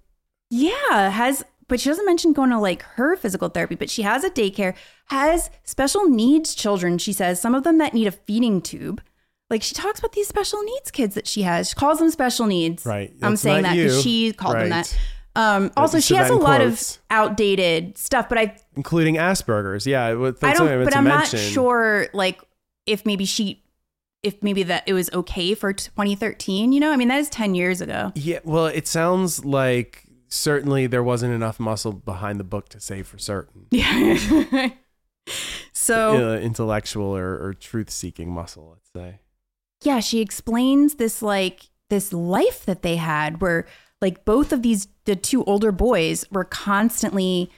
B: yeah has but she doesn't mention going to like her physical therapy but she has a daycare has special needs children she says some of them that need a feeding tube like she talks about these special needs kids that she has she calls them special needs
A: Right.
B: i'm
A: That's
B: saying
A: not
B: that because
A: you.
B: she called them
A: Right.
B: that um, also,
A: you
B: she
A: said
B: has
A: that
B: a
A: in
B: lot
A: quotes.
B: of outdated stuff, but I
A: Including Asperger's. Yeah. well, That's
B: I
A: something
B: don't,
A: meant
B: but
A: to
B: I'm not
A: mention.
B: sure, like, if maybe she, if maybe that it was okay for 2013, you know? I mean, that is 10 years ago.
A: Yeah. Well, it sounds like certainly there wasn't enough muscle behind the book to say for certain.
B: Yeah. so, yeah.
A: Uh, intellectual or, or truth seeking muscle, let's say.
B: she explains this, like, this life that they had where, like, both of these, the two older boys were constantly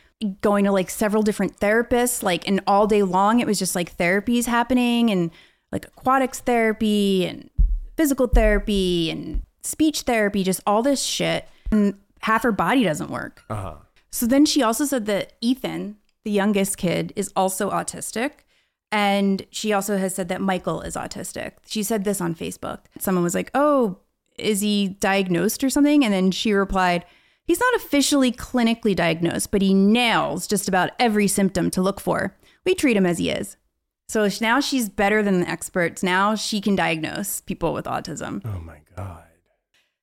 B: going to like several different therapists, like, and all day long it was just like therapies happening and like aquatics therapy and physical therapy and speech therapy, just all this shit. And half her body doesn't work.
A: Uh huh.
B: So then she also said that Ethan, the youngest kid, is also autistic. And she also has said that Michael is autistic. She said this on Facebook. Someone was like, Oh, is he diagnosed or something? And then she replied, He's not officially clinically diagnosed, but he nails just about every symptom to look for. We treat him as he is. So sh- now she's better than the experts. Now she can diagnose people with autism.
A: Oh my God.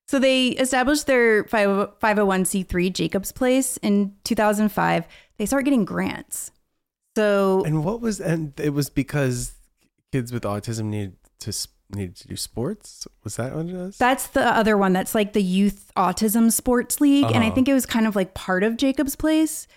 B: So they established their oh 5- 501c3 Jacobs Place in 2005. They start getting grants. So
A: And what was and it was because kids with autism needed to s- needed to do sports. Was that what it was?
B: that's the other one that's like the youth autism sports league and I
A: Uh-huh.
B: think it was kind of like part of Jacob's Place.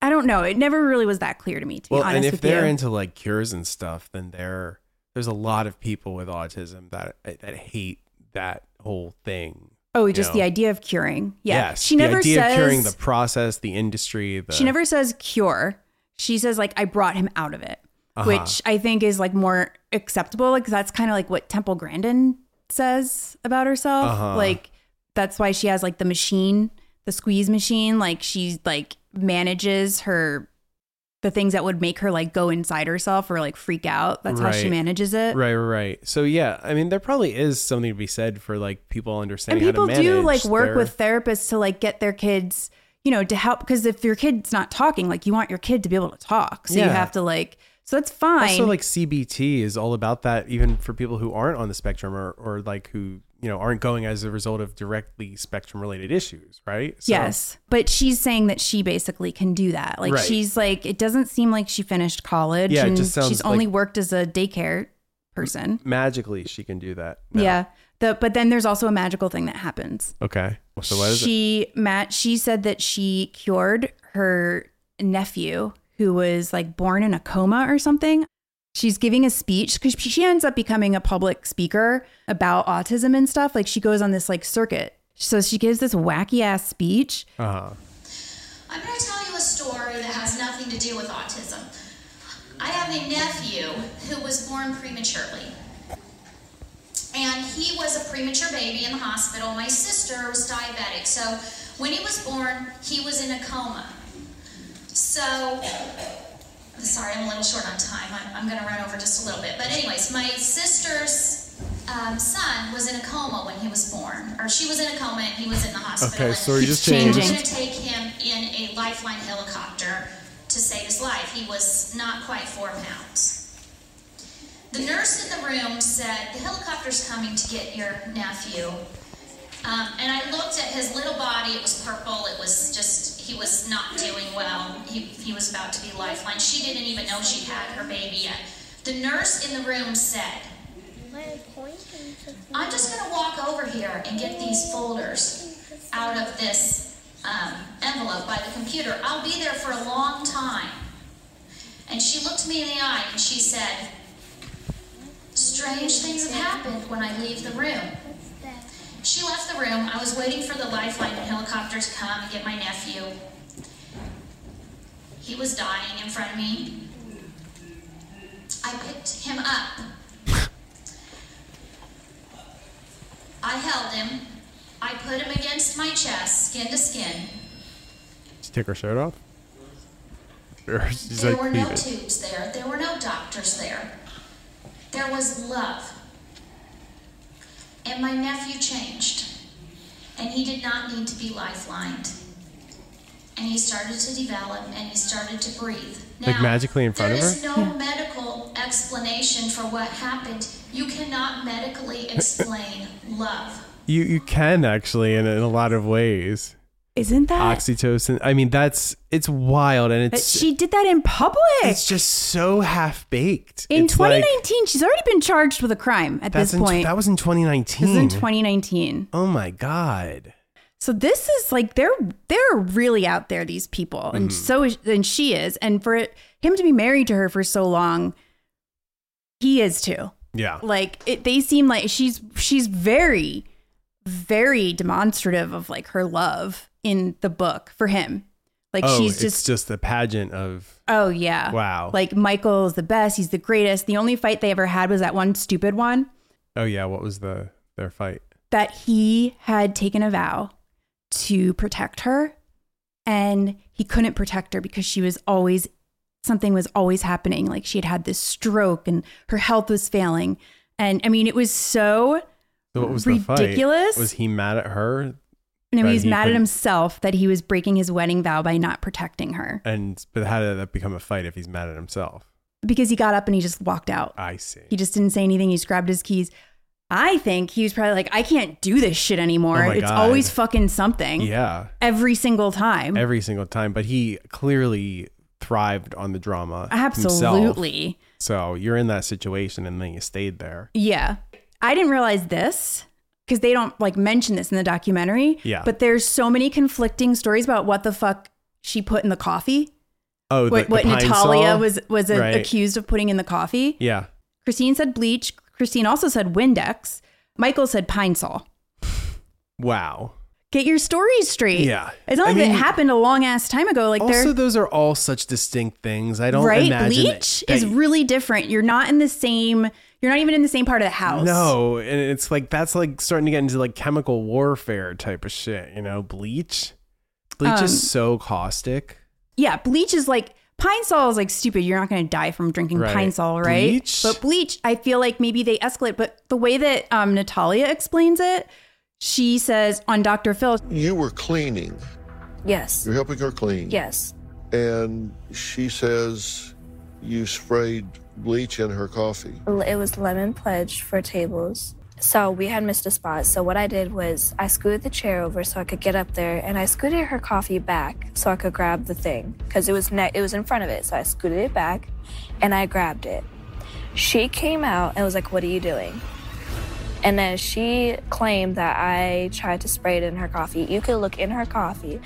B: I don't know. It never really was that clear to me to
A: well,
B: be honest
A: and if
B: with
A: they're
B: you.
A: into like cures and stuff, then there there's a lot of people with autism that that hate that whole thing.
B: oh, just
A: know.
B: the idea of curing. Yeah.
A: Yes,
B: she never
A: the idea
B: says
A: of curing the process, the industry. The,
B: she never says cure. She says like I brought him out of it,
A: Uh-huh.
B: which I think is like more acceptable. Like that's kind of like what Temple Grandin says about herself.
A: Uh-huh.
B: Like that's why she has like the machine, the squeeze machine. Like she like manages her the things that would make her like go inside herself or like freak out. That's how she
A: Right.
B: manages it.
A: Right, right, right. So yeah, I mean, there probably is something to be said for like people
B: and
A: understanding.
B: people
A: how to
B: do
A: manage
B: like work
A: their-
B: with therapists to like get their kids you know to help because if your kid's not talking like you want your kid to be able to talk so you
A: Yeah.
B: have to like so that's fine
A: Also, like CBT is all about that, even for people who aren't on the spectrum or, or like who you know aren't going as a result of directly spectrum related issues, right? So-
B: yes but she's saying that she basically can do that like
A: Right.
B: she's like it doesn't seem like she finished college
A: Yeah, it
B: and
A: just sounds
B: she's
A: like-
B: only worked as a daycare person
A: magically she can do that. No.
B: yeah the, but then there's also a magical thing that happens
A: Okay. So what is it?
B: she Matt she said that she cured her nephew who was like born in a coma or something. She's giving a speech because she ends up becoming a public speaker about autism and stuff. Like she goes on this like circuit. So she gives this wacky ass speech.
A: Uh-huh.
C: I'm going to tell you a story that has nothing to do with autism. I have a nephew who was born prematurely. And he was a premature baby in the hospital. My sister was diabetic. So when he was born, he was in a coma. So, sorry, I'm a little short on time. I'm, I'm going to run over just a little bit. But, anyways, my sister's um, son was in a coma when he was born. Or she was in a coma and he was in the hospital.
A: Okay,
C: and
A: so we're just
B: changing.
C: we're going to take him in a lifeline helicopter to save his life. He was not quite four pounds. The nurse in the room said, The helicopter's coming to get your nephew. Um, and I looked at his little body. It was purple. It was just, he was not doing well. He, he was about to be lifeline. She didn't even know she had her baby yet. The nurse in the room said, I'm just going to walk over here and get these folders out of this um, envelope by the computer. I'll be there for a long time. And she looked me in the eye and she said, Strange things have happened when I leave the room. She left the room. I was waiting for the lifeline and helicopter to come and get my nephew. He was dying in front of me. I picked him up I held him. I put him against my chest, skin to skin.
A: She take her shirt off. Or she's
C: there
A: like,
C: were
A: "Leave
C: no
A: it."
C: tubes there. There were no doctors there. There was love. And my nephew changed. And he did not need to be lifelined. And he started to develop and he started to breathe.
A: Like magically in front of
C: There is no medical explanation for what happened. You cannot medically explain love.
A: you you can actually in, in a lot of ways.
B: Isn't that?
A: Oxytocin. I mean, that's it's wild and
B: But
A: it's
B: she did that in public.
A: it's just so half baked.
B: in 2019, she's already been charged with a crime at
A: that's
B: this
A: in-
B: point.
A: that was in 2019.
B: this is in 2019.
A: oh my god.
B: So this is like they're they're really out there these people and
A: Mm-hmm.
B: so is, and she is and for it, him to be married to her for so long he is too.
A: Yeah.
B: Like it, they seem like she's she's very very demonstrative of like her love in the book for him. Like
A: oh,
B: she's
A: it's
B: just,
A: just the pageant of
B: oh yeah,
A: wow.
B: like Michael's the best. He's the greatest. The only fight they ever had was that one stupid one
A: oh yeah, what was the their fight?
B: that he had taken a vow to protect her, and he couldn't protect her because she was always something was always happening. Like she had had this stroke and her health was failing, and I mean it was so
A: So what was the
B: Ridiculous.
A: fight? Was he mad at her?
B: No,
A: Right,
B: he's
A: he
B: mad at
A: couldn't-
B: himself that he was breaking his wedding vow by not protecting her
A: And but how did that become a fight if he's mad at himself?
B: because he got up and he just walked out.
A: I see.
B: He just didn't say anything. He just grabbed his keys. I think he was probably like, I can't do this shit anymore.
A: Oh my
B: it's
A: God.
B: always fucking something
A: yeah,
B: every single time.
A: every single time. But he clearly thrived on the drama. himself.
B: Absolutely.
A: So you're in that situation, and then you stayed there.
B: Yeah. I didn't realize this because they don't like mention this in the documentary.
A: Yeah.
B: But there's so many conflicting stories about what the fuck she put in the coffee.
A: Oh, the-
B: What,
A: the
B: what
A: pine
B: Natalia
A: saw?
B: was was uh
A: Right.
B: accused of putting in the coffee.
A: Yeah,
B: Christine said bleach. Christine also said Windex. Michael said Pine Sol.
A: wow.
B: Get your stories straight.
A: Yeah.
B: It's not
A: I
B: like
A: mean-
B: it happened a long ass time ago. Like
A: Also,
B: they're
A: those are all such distinct things. I don't
B: right.
A: imagine that-
B: Bleach
A: that-
B: is really different. You're not in the same. You're not even in the same part of the house.
A: No, and it's like that's like starting to get into like chemical warfare type of shit, you know, bleach. Bleach
B: Um,
A: is so caustic.
B: Yeah. Bleach is like Pine Sol is like stupid. You're not going to die from drinking
A: Right.
B: Pine Sol, right?
A: Bleach?
B: But bleach, I feel like maybe they escalate. But the way that um, Natalia explains it, she says on Dr. Phil,
D: You were cleaning.
E: Yes.
D: You're helping her clean.
E: Yes.
D: And she says you sprayed bleach in her coffee.
E: L- It was lemon pledge for tables. So we had missed a spot. So what I did was I scooted the chair over so I could get up there, and I scooted her coffee back so I could grab the thing because it was ne- it was in front of it. So I scooted it back, and I grabbed it. She came out and was like, "What are you doing?" And then she claimed that I tried to spray it in her coffee. You could look in her coffee.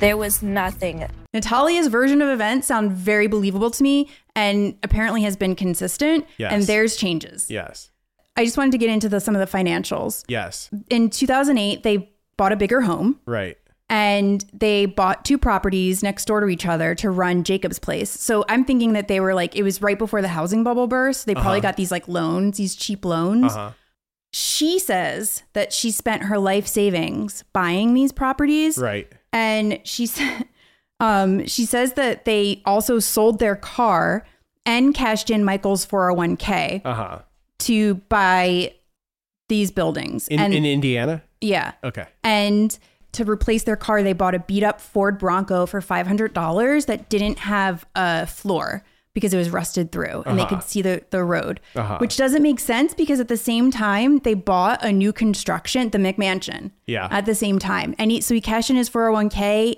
E: There was nothing.
B: Natalia's version of events sound very believable to me and apparently has been consistent
A: Yes.
B: and there's changes.
A: Yes.
B: I just wanted to get into the, some of the financials.
A: Yes.
B: In 2008, they bought a bigger home
A: Right.
B: and they bought two properties next door to each other to run Jacob's place. So I'm thinking that they were like it was right before the housing bubble burst. They probably
A: Uh-huh.
B: got these like loans, these cheap loans.
A: Uh-huh.
B: She says that she spent her life savings buying these properties
A: Right.
B: and she said um, she says that they also sold their car and cashed in Michael's 401k
A: Uh-huh.
B: to buy these buildings
A: In
B: and
A: in Indiana?
B: yeah
A: Okay.
B: and to replace their car they bought a beat up Ford Bronco for $500 that didn't have a floor because it was rusted through and they
A: Uh-huh.
B: could see the the road
A: Uh-huh.
B: which doesn't make sense because at the same time they bought a new construction the McMansion
A: Yeah.
B: at the same time. And he, so he cashed in his 401k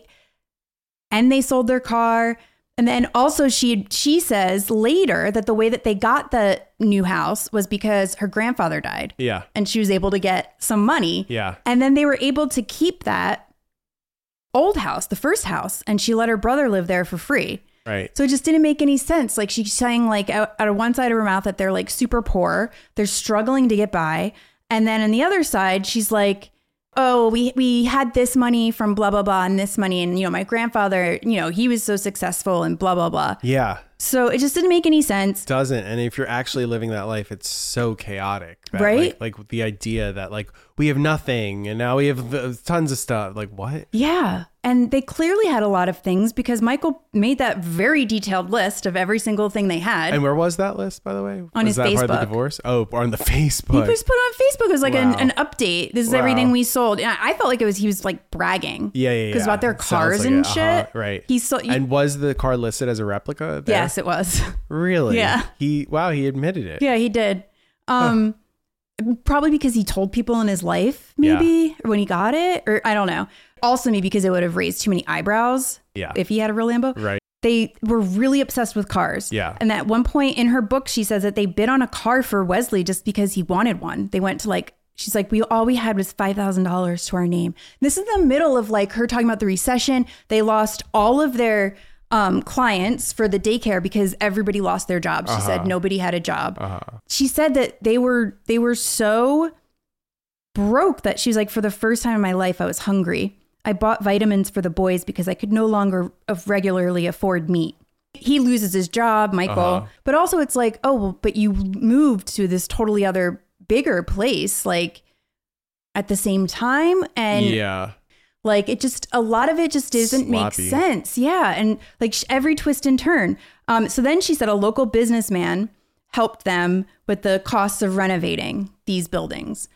B: and they sold their car. And then also she she says later that the way that they got the new house was because her grandfather died
A: yeah.
B: and she was able to get some money.
A: Yeah.
B: And then they were able to keep that old house, the first house, and she let her brother live there for free.
A: Right.
B: So it just didn't make any sense. Like she's saying, like out, out of one side of her mouth that they're like super poor, they're struggling to get by, and then on the other side, she's like, "Oh, we we had this money from blah blah blah and this money, and you know my grandfather, you know he was so successful and blah blah blah."
A: Yeah.
B: So it just didn't make any sense.
A: Doesn't. And if you're actually living that life, it's so chaotic. that,
B: Right?
A: Like, like the idea that like we have nothing and now we have th- tons of stuff. Like what?
B: Yeah. And they clearly had a lot of things because Michael made that very detailed list of every single thing they had.
A: And where was that list, by the way?
B: On
A: was
B: his
A: that part of the
B: Facebook.
A: divorce? Oh, on the
B: he
A: Facebook.
B: just put on Facebook. It was like
A: Wow.
B: an, an update. This is
A: Wow.
B: everything we sold. And I I felt like it was he was like bragging.
A: Yeah, yeah, yeah.
B: Because about their
A: It sounds
B: cars
A: like
B: and
A: it.
B: shit.
A: Uh-huh, right.
B: He sold.
A: and was the car listed as a replica? There?
B: yes, it was.
A: Really?
B: Yeah.
A: He wow, he admitted it.
B: yeah, he did. Um, probably because he told people in his life, maybe or when he got it, or I don't know. Also, maybe because it would have raised too many eyebrows
A: Yeah.
B: if he had a real Lambo.
A: right.
B: They were really obsessed with cars.
A: Yeah.
B: And at one point in her book, she says that they bid on a car for Wesley just because he wanted one. They went to like, she's like, we all we had was five thousand dollars to our name. This is the middle of like her talking about the recession. They lost all of their um, clients for the daycare because everybody lost their jobs. She said nobody had a job. She said that they were they were so broke that she was like, for the first time in my life, I was hungry. I bought vitamins for the boys because I could no longer of regularly afford meat. He loses his job, Michael.
A: Uh-huh.
B: But also, it's like, oh, well, but you moved to this totally other, bigger place, like at the same time. And
A: yeah.
B: like it just a lot of it just doesn't
A: Sloppy.
B: make sense. Yeah, and like sh- every twist and turn. Um, so then she said a local businessman helped them with the costs of renovating these buildings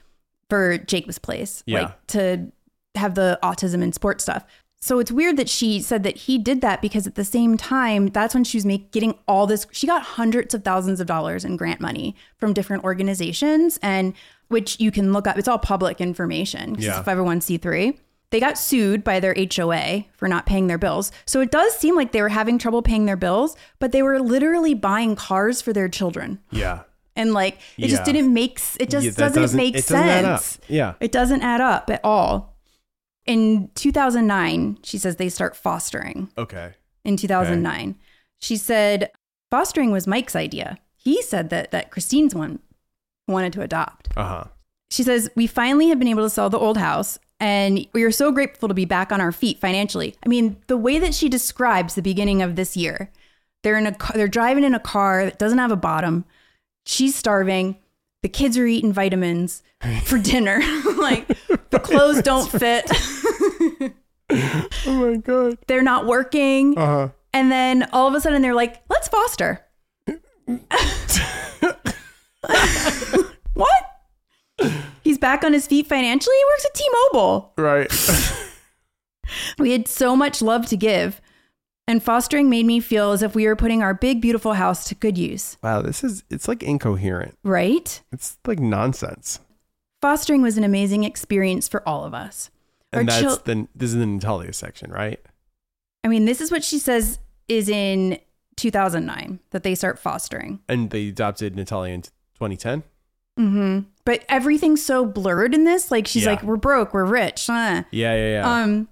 B: for Jacob's place,
A: Yeah.
B: like to have the autism and sports stuff. So it's weird that she said that he did that because at the same time, that's when she was make, getting all this. She got hundreds of thousands of dollars in grant money from different organizations, and which you can look up. It's all public information. 'cause
A: Yeah.
B: It's 501c3. They got sued by their HOA for not paying their bills. So it does seem like they were having trouble paying their bills, but they were literally buying cars for their children.
A: Yeah.
B: And like, it just
A: Yeah.
B: didn't make, s- it just
A: Yeah, that
B: doesn't, make
A: it doesn't
B: sense.
A: add up. Yeah.
B: It doesn't add up at all. In 2009, she says they start fostering.
A: Okay.
B: In 2009, she said fostering was Mike's idea. He said that that Christine's one wanted to adopt.
A: Uh huh.
B: She says, We finally have been able to sell the old house, and we are so grateful to be back on our feet financially. I mean, the way that she describes the beginning of this year, they're in a ca- they're driving in a car that doesn't have a bottom. She's starving. The kids are eating vitamins for dinner. like the clothes don't fit.
A: Oh my god.
B: they're not working.
A: Uh huh.
B: And then all of a sudden they're like, let's foster. what? He's back on his feet financially. He works at T Mobile.
A: Right.
B: We had so much love to give. And fostering made me feel as if we were putting our big, beautiful house to good use,
A: wow. This is. It's like incoherent.
B: right?
A: It's like nonsense.
B: Fostering was an amazing experience for all of us.
A: And
B: Our
A: that's
B: chil-
A: the. This is the Natalia section, right?
B: I mean, this is what she says is in 2009 that they start fostering.
A: And they adopted Natalia in 2010.
B: hmm But everything's so blurred in this. Like she's
A: Yeah.
B: like, we're broke, we're rich. uh."
A: Yeah. Yeah. Yeah.
B: Um,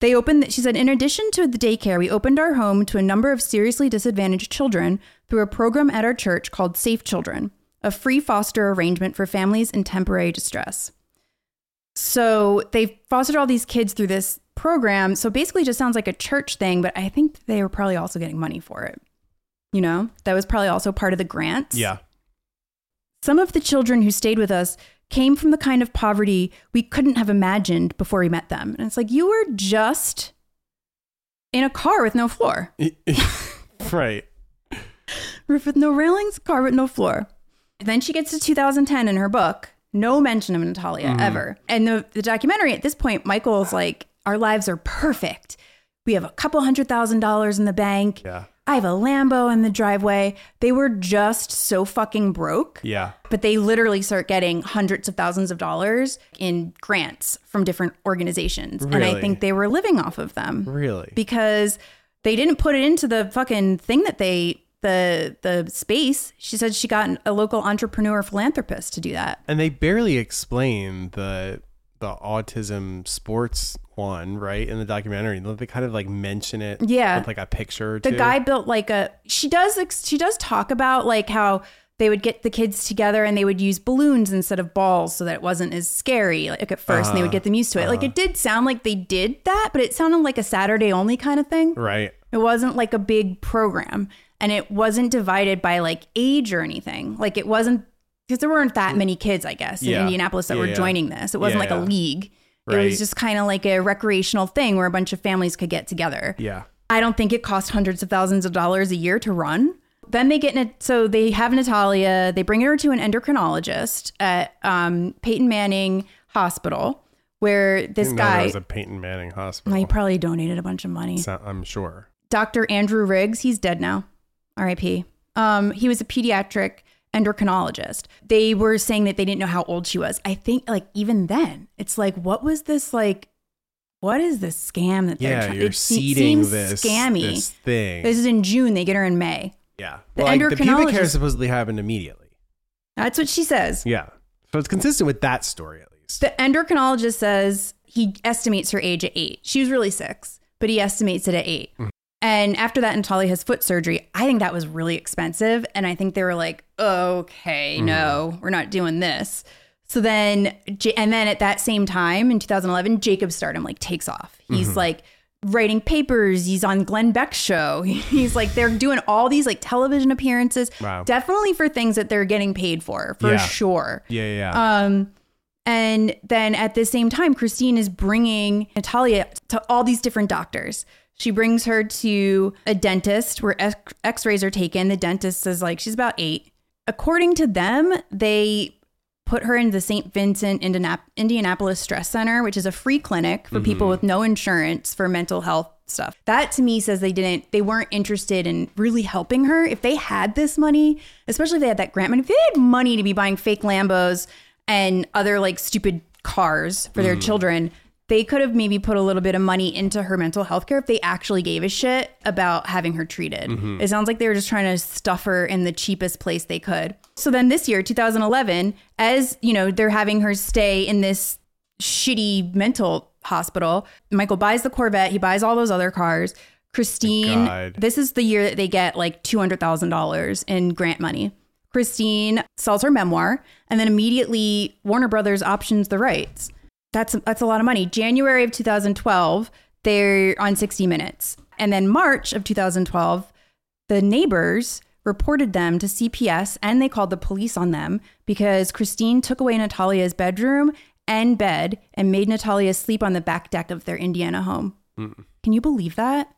B: they opened. She said, in addition to the daycare, we opened our home to a number of seriously disadvantaged children through a program at our church called Safe Children, a free foster arrangement for families in temporary distress. So they fostered all these kids through this program. So basically, it just sounds like a church thing, but I think they were probably also getting money for it. You know, that was probably also part of the grants.
A: yeah.
B: Some of the children who stayed with us came from the kind of poverty we couldn't have imagined before we met them. And it's like, you were just in a car with no floor,
A: right.
B: roof with no railings, car with no floor. And then she gets to 2010 in her book, no mention of Natalia ever. And the, the documentary at this point, Michael's like, our lives are perfect. We have a couple hundred thousand dollars in the bank.
A: Yeah.
B: I have a Lambo in the driveway. They were just so fucking broke.
A: Yeah.
B: But they literally start getting hundreds of thousands of dollars in grants from different organizations. And
A: Really?
B: I think they were living off of them
A: Really.
B: because they didn't put it into the fucking thing that they the the space. She said she got a local entrepreneur philanthropist to do that.
A: and they barely explain the the autism sports one right in the documentary they kind of like mention it
B: Yeah.
A: with like a picture or
B: the
A: two.
B: guy built like a she does ex- she does talk about like how they would get the kids together and they would use balloons instead of balls so that it wasn't as scary like at 1st and they
A: Uh-huh.
B: would get them used to it like it did sound like they did that but it sounded like a saturday only kind of thing
A: right
B: it wasn't like a big program and it wasn't divided by like age or anything like it wasn't because there weren't that many kids i guess in
A: Yeah.
B: indianapolis that
A: Yeah,
B: were
A: yeah.
B: joining this it wasn't
A: Yeah,
B: like
A: yeah.
B: a league it
A: Right.
B: was just kind of like a recreational thing where a bunch of families could get together
A: yeah
B: I don't think it costs hundreds of thousands of dollars a year to run. Then they get Nat- so they have Natalia. They bring her to an endocrinologist at um, Peyton Manning Hospital, where this
A: Didn't know there
B: guy.
A: was a Peyton Manning hospital
B: He probably donated a bunch of money.
A: So- I'm sure
B: Dr. Andrew Riggs, he's dead now. RIP. Um, he was a pediatric endocrinologist. They were saying that they didn't know how old she was. I think like even then, it's like, what was this like? What is this scam that they're
A: yeah
B: trying-
A: you're
B: it se-
A: seeding
B: seems
A: this
B: scammy?
A: this thing
B: This is in June. They get her in May.
A: yeah
B: the
A: well, like, the pubic hair
B: endocrinologist-
A: supposedly happened immediately
B: That's what she says.
A: yeah so it's consistent with that story at least
B: The endocrinologist says he estimates her age at eight. She was really six, but he estimates it at 8
A: Mm-hmm.
B: And after that, Natalia has foot surgery. I think that was
A: Mm-hmm.
B: really expensive. And I think they were like, okay, no, we're not doing this. So then, J- and then at that same time in 2011, Jacob Stardom like takes off. He's
A: Mm-hmm.
B: like writing papers. He's on Glenn Beck's show. He's like they're doing all these like television appearances,
A: Wow.
B: definitely for things that they're getting paid for for
A: Yeah.
B: sure.
A: Yeah, yeah, yeah.
B: Um, and then at the same time, Christine is bringing Natalia to all these different doctors. She brings her to a dentist where ex- x-rays are taken. The dentist is like, she's about eight. According to them, they put her into the St. Vincent Indianap- Indianapolis Stress Center, which is a free clinic for people with no insurance for mental health stuff. That to me says they didn't, they weren't interested in really helping her. If they had this money, especially if they had that grant money, if they had money to be buying fake Lambos and other like stupid cars for their children, they could have maybe put a little bit of money into her mental health care if they actually gave a shit about having her treated. It sounds like they were just trying to stuff her in the cheapest place they could. So then this year, 2011, as you know, they're having her stay in this shitty mental hospital. Michael buys the Corvette, he buys all those other cars. Christine,
A: God.
B: this is the year that they get like $200,000 in grant money. Christine sells her memoir and then immediately Warner Brothers options the rights that's that's a lot of money. January of 2012, they're on 60 Minutes, and then March of 2012, the neighbors reported them to CPS, and they called the police on them because Christine took away Natalia's bedroom and bed and made Natalia sleep on the back deck of their Indiana home. Can you believe that?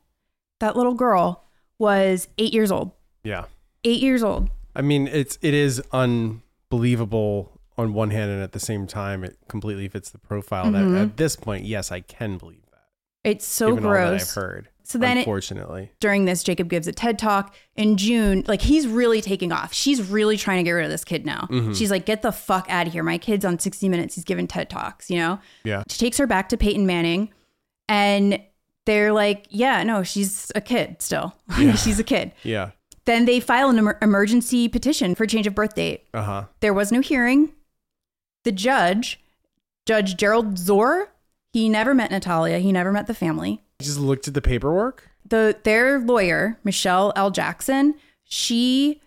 B: That little girl was eight years old.
A: yeah.
B: Eight years old.
A: I mean, it's it is unbelievable on one hand, and at the same time, it completely fits the profile. That at this point, yes, I can believe that.
B: It's Mm-hmm. so
A: given
B: gross.
A: all that I've heard.
B: So then it-
A: unfortunately,
B: during this jacob gives a ted talk in june like he's really taking off she's really trying to get rid of this kid now she's like get the fuck out of here my kid's on 60 minutes he's giving ted talks you know
A: Yeah.
B: she takes her back to peyton manning and they're like yeah no she's a kid still she's a kid
A: yeah,
B: then they file an emer- emergency petition for change of birth date
A: uh huh,
B: there was no hearing. The judge, Judge Gerald Zor, he never met Natalia. He never met the family.
A: just looked at the paperwork.
B: The their lawyer, Michelle L. Jackson, she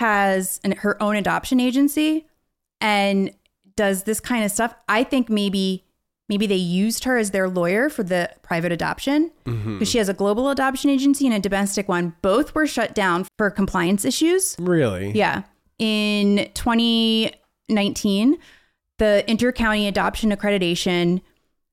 B: has an, her own adoption agency and does this kind of stuff. I think maybe maybe they used her as their lawyer for the private adoption. because She has a global adoption agency and a domestic one. Both were shut down for compliance issues.
A: Really?
B: Yeah. In 2019, the Intercounty Adoption Accreditation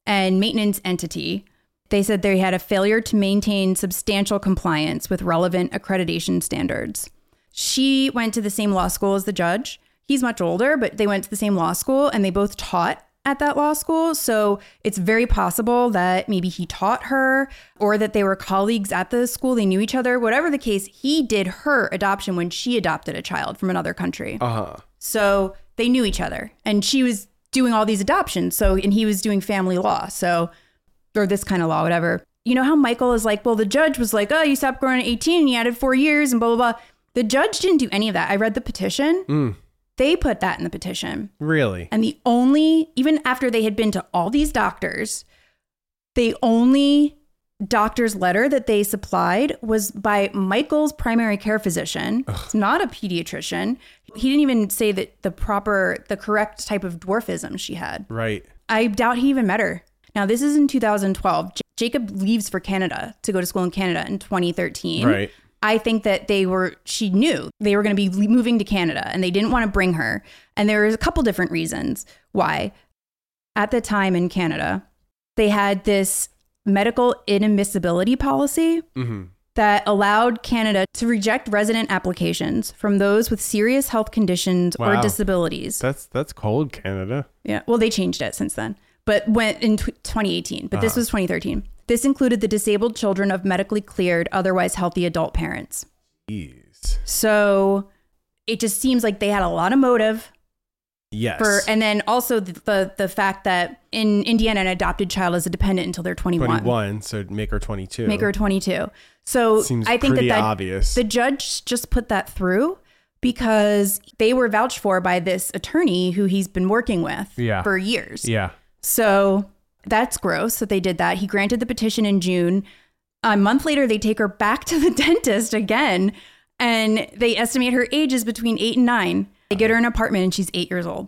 B: and Maintenance Entity, they said they had a failure to maintain substantial compliance with relevant accreditation standards. She went to the same law school as the judge. He's much older, but they went to the same law school and they both taught at that law school. So it's very possible that maybe he taught her or that they were colleagues at the school. They knew each other. Whatever the case, he did her adoption when she adopted a child from another country.
A: Uh huh.
B: So they knew each other and she was doing all these adoptions. So, and he was doing family law. So, or this kind of law, whatever. You know how Michael is like, well, the judge was like, oh, you stopped growing at 18 and you added four years and blah, blah, blah. The judge didn't do any of that. I read the petition.
A: Mm.
B: They put that in the petition.
A: Really?
B: And the only, even after they had been to all these doctors, the only doctor's letter that they supplied was by Michael's primary care physician. It's not a pediatrician. He didn't even say that the proper, the correct type of dwarfism she had.
A: Right.
B: I doubt he even met her. Now, this is in 2012. J- Jacob leaves for Canada to go to school in Canada in 2013.
A: Right.
B: I think that they were, she knew they were going to be le- moving to Canada and they didn't want to bring her. And there was a couple different reasons why. At the time in Canada, they had this medical inadmissibility policy
A: Mm-hmm.
B: that allowed Canada to reject resident applications from those with serious health conditions or
A: Wow.
B: disabilities.
A: That's that's cold, Canada.
B: Yeah. Well, they changed it since then, but went in tw 2018, but
A: Uh-huh.
B: this was 2013. This included the disabled children of medically cleared, otherwise healthy adult parents.
A: Jeez.
B: So it just seems like they had a lot of motive
A: Yes.
B: for, and then also the, the, the fact that in Indiana, an adopted child is a dependent until they're 21.
A: twenty-one. So make her twenty-two.
B: Make her 22. So
A: Seems
B: I think that
A: pretty
B: that,
A: obvious.
B: the judge just put that through because they were vouched for by this attorney who he's been working with
A: Yeah.
B: for years.
A: yeah.
B: So that's gross that they did that. He granted the petition in June. A month later, they take her back to the dentist again, and they estimate her age is between eight and nine. They get her an apartment, and she's eight years old.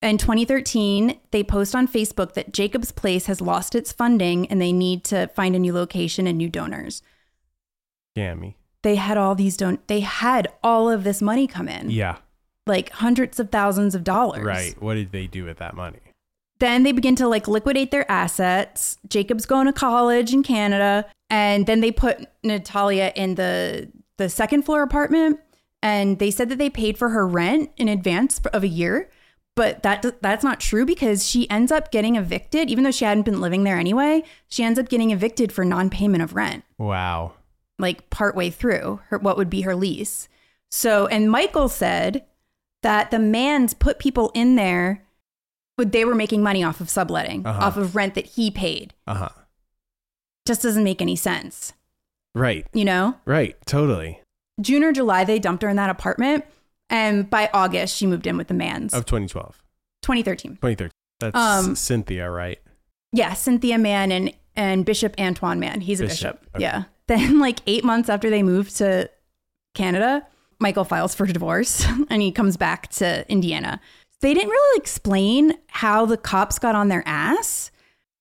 B: In 2013, they post on Facebook that Jacob's Place has lost its funding and they need to find a new location and new donors.
A: Gammy.
B: They had all these don they had all of this money come in.
A: Yeah.
B: Like hundreds of thousands of dollars.
A: Right. What did they do with that money?
B: Then they begin to like liquidate their assets. Jacob's going to college in Canada, and then they put Natalia in the the second floor apartment. And they said that they paid for her rent in advance of a year, but that that's not true because she ends up getting evicted, even though she hadn't been living there anyway. She ends up getting evicted for non-payment of rent
A: Wow.
B: like partway through her, what would be her lease. So, and Michael said that the man's put people in there, but they were making money off of subletting,
A: Uh-huh.
B: off of rent that he paid.
A: Uh huh.
B: Just doesn't make any sense,
A: Right.
B: you know?
A: Right. Totally.
B: June or July, they dumped her in that apartment. And by August, she moved in with the man's.
A: Of 2012,
B: 2013.
A: 2013. That's
B: Um,
A: Cynthia, right?
B: Yeah, Cynthia Mann and, and Bishop Antoine Mann. He's a
A: Bishop,
B: bishop.
A: okay.
B: Yeah. Then, like eight months after they moved to Canada, Michael files for divorce and he comes back to Indiana. They didn't really explain how the cops got on their ass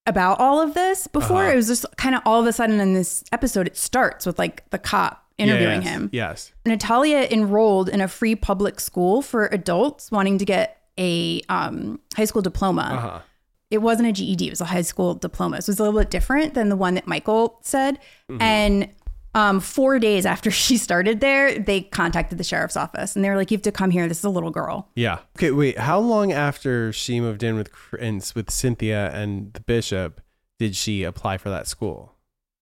B: about all of this before.
A: Uh-huh.
B: It was just kind of all of a sudden in this episode, it starts with like the cop interviewing
A: yes,
B: him.
A: Yes.
B: Natalia enrolled in a free public school for adults wanting to get a um, high school diploma
A: Uh huh.
B: it wasn't a GED, it was a high school diploma. So it was a little bit different than the one that Michael said. And um, four days after she started there, they contacted the sheriff's office and they were like, You have to come here. This is a little girl.
A: Yeah. Okay. Wait. How long after she moved in with Cr- and with Cynthia and the bishop did she apply for that school?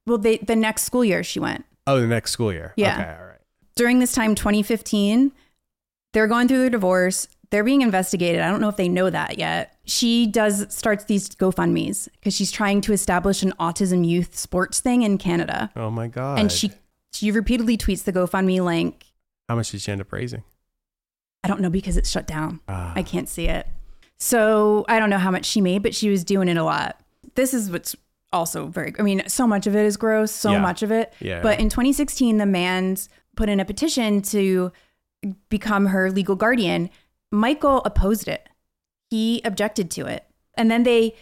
B: Well, they, the next school year she went.
A: Oh, the next school year.
B: Yeah.
A: Okay. All right.
B: During this time, 2015, they're going through their divorce. They're being investigated. I don't know if they know that yet. She does starts these GoFundMe's because she's trying to establish an autism youth sports thing in Canada.
A: Oh my God.
B: And she she repeatedly tweets the GoFundMe link
A: How much did she end up raising?
B: I don't know because it's shut down.
A: Ah.
B: I can't see it. So I don't know how much she made, but she was doing it a lot. This is what's also very, I mean, so much of it is gross, so
A: Yeah.
B: much of it.
A: Yeah.
B: But in 2016, the man's put in a petition to become her legal guardian. Michael opposed it, he objected to it. And then they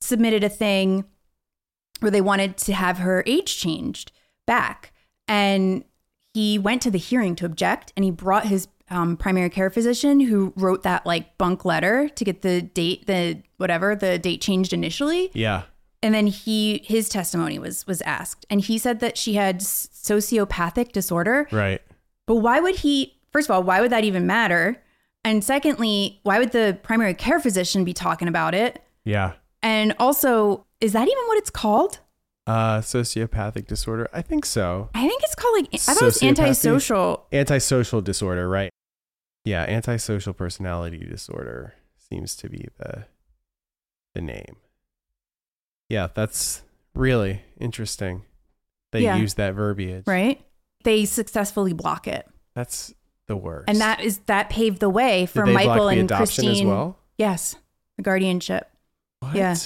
B: submitted a thing where they wanted to have her age changed back. And he went to the hearing to object and he brought his um, primary care physician who wrote that like bunk letter to get the date, the whatever, the date changed initially
A: Yeah.
B: and then he his testimony was was asked and he said that she had s- sociopathic disorder
A: Right.
B: but why would he first of all why would that even matter and secondly why would the primary care physician be talking about it
A: Yeah.
B: and also is that even what it's called
A: Uh, sociopathic disorder. I think so.
B: i think it's called like i thought it was
A: Sociopathy?
B: antisocial
A: Antisocial disorder, right? Yeah, antisocial personality disorder seems to be the the name. Yeah, that's really interesting. They
B: Yeah.
A: use that verbiage.
B: right they successfully block it
A: That's the worst.
B: and that is that paved the way
A: Did
B: for
A: they block
B: michael
A: the
B: and
A: adoption
B: christine
A: as well.
B: yes the guardianship
A: What?
B: Yeah.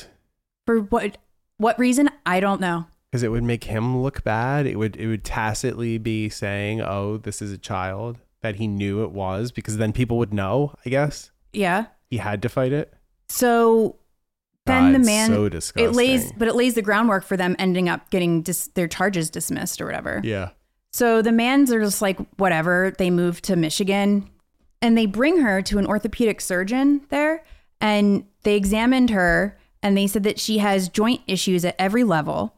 B: for what what reason i don't know
A: Because it would make him look bad. It would it would tacitly be saying, "Oh, this is a child that he knew it was," because then people would know. I guess
B: yeah
A: he had to fight it.
B: So then
A: God,
B: the man
A: so
B: it lays
A: disgusting.
B: but it lays the groundwork for them ending up getting dis- their charges dismissed or whatever.
A: Yeah.
B: So the mans are just like whatever, they move to Michigan and they bring her to an orthopedic surgeon there and they examined her and they said that she has joint issues at every level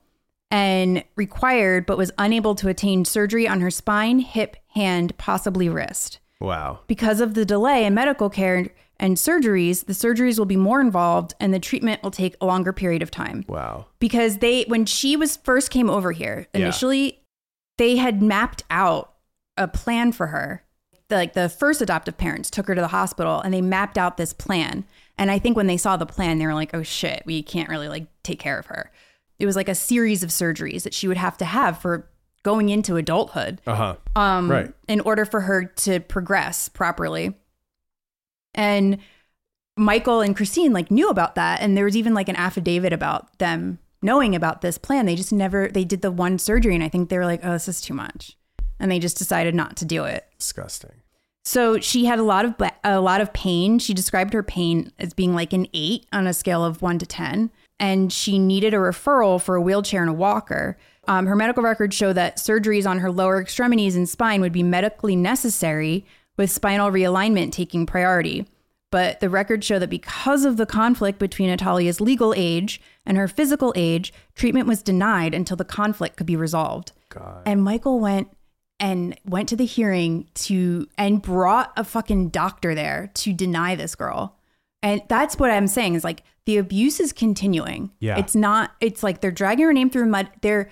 B: and required but was unable to attain surgery on her spine, hip, hand, possibly wrist.
A: Wow.
B: Because of the delay in medical care and surgeries, the surgeries will be more involved and the treatment will take a longer period of time.
A: Wow.
B: Because they when she was first came over here
A: Yeah.
B: initially, they had mapped out a plan for her. The- like the first adoptive parents took her to the hospital and they mapped out this plan. And I think when they saw the plan, they were like, "Oh shit, we can't really like take care of her." It was like a series of surgeries that she would have to have for going into adulthood
A: Uh huh.
B: um,
A: Right.
B: in order for her to progress properly. And Michael and Christine like knew about that, and there was even like an affidavit about them knowing about this plan. They just never they did the one surgery, and I think they were like, "Oh, this is too much," and they just decided not to do it.
A: Disgusting.
B: So she had a lot of ba- a lot of pain. She described her pain as being like an 8 on a scale of 1 to 10, and she needed a referral for a wheelchair and a walker. Um, her medical records show that surgeries on her lower extremities and spine would be medically necessary, with spinal realignment taking priority. But the records show that because of the conflict between Natalia's legal age and her physical age, treatment was denied until the conflict could be resolved. And Michael went and went to the hearing to and brought a fucking doctor there to deny this girl. And that's what I'm saying is like the abuse is continuing.
A: Yeah.
B: It's not it's like they're dragging her name through mud. They're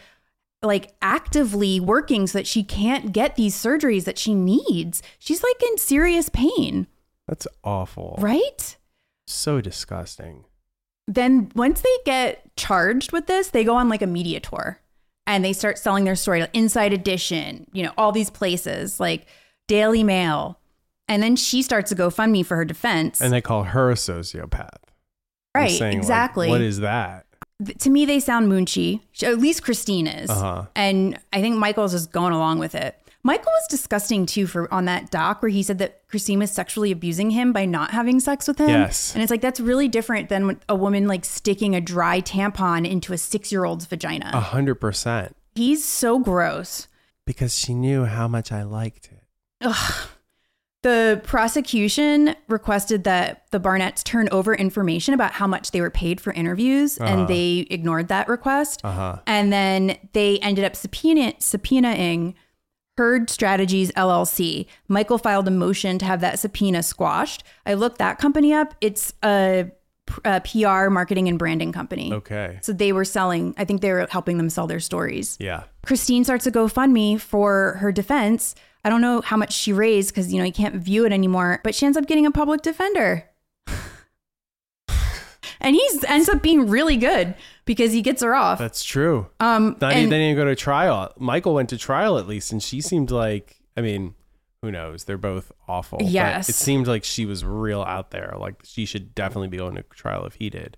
B: like actively working so that she can't get these surgeries that she needs. She's like in serious pain,
A: That's awful.
B: right?
A: So disgusting.
B: then once they get charged with this, they go on like a media tour and they start selling their story to Inside Edition, you know, all these places like Daily Mail. And then she starts a GoFundMe for her defense.
A: And they call her a sociopath. I'm
B: right,
A: saying, like,
B: exactly.
A: what is that?
B: Th- to me, they sound moonchi. Sh- At least Christine is.
A: Uh-huh.
B: And I think Michael's just going along with it. Michael was disgusting too for on that doc where he said that Christine was sexually abusing him by not having sex with him.
A: Yes.
B: And it's like that's really different than when a woman like sticking a dry tampon into a six year old's vagina.
A: A hundred percent.
B: He's so gross.
A: Because she knew how much I liked it.
B: The prosecution requested that the Barnetts turn over information about how much they were paid for interviews,
A: Uh-huh.
B: and they ignored that request.
A: Uh huh.
B: And then they ended up subpoena- subpoenaing Herd Strategies LLC. Michael filed a motion to have that subpoena squashed. I looked that company up. It's a, pr- a PR, marketing, and branding company.
A: Okay.
B: So they were selling, I think they were helping them sell their stories.
A: Yeah.
B: Christine starts a GoFundMe for her defense. I don't know how much she raised because, you know, you can't view it anymore, but she ends up getting a public defender. and he ends up being really good because he gets her off.
A: That's true.
B: Um,
A: Not
B: and-
A: even, they didn't go to trial. Michael went to trial at least, and she seemed like I mean, who knows? They're both awful. but
B: Yes.
A: it seemed like she was real out there. Like she should definitely be going to trial if he did.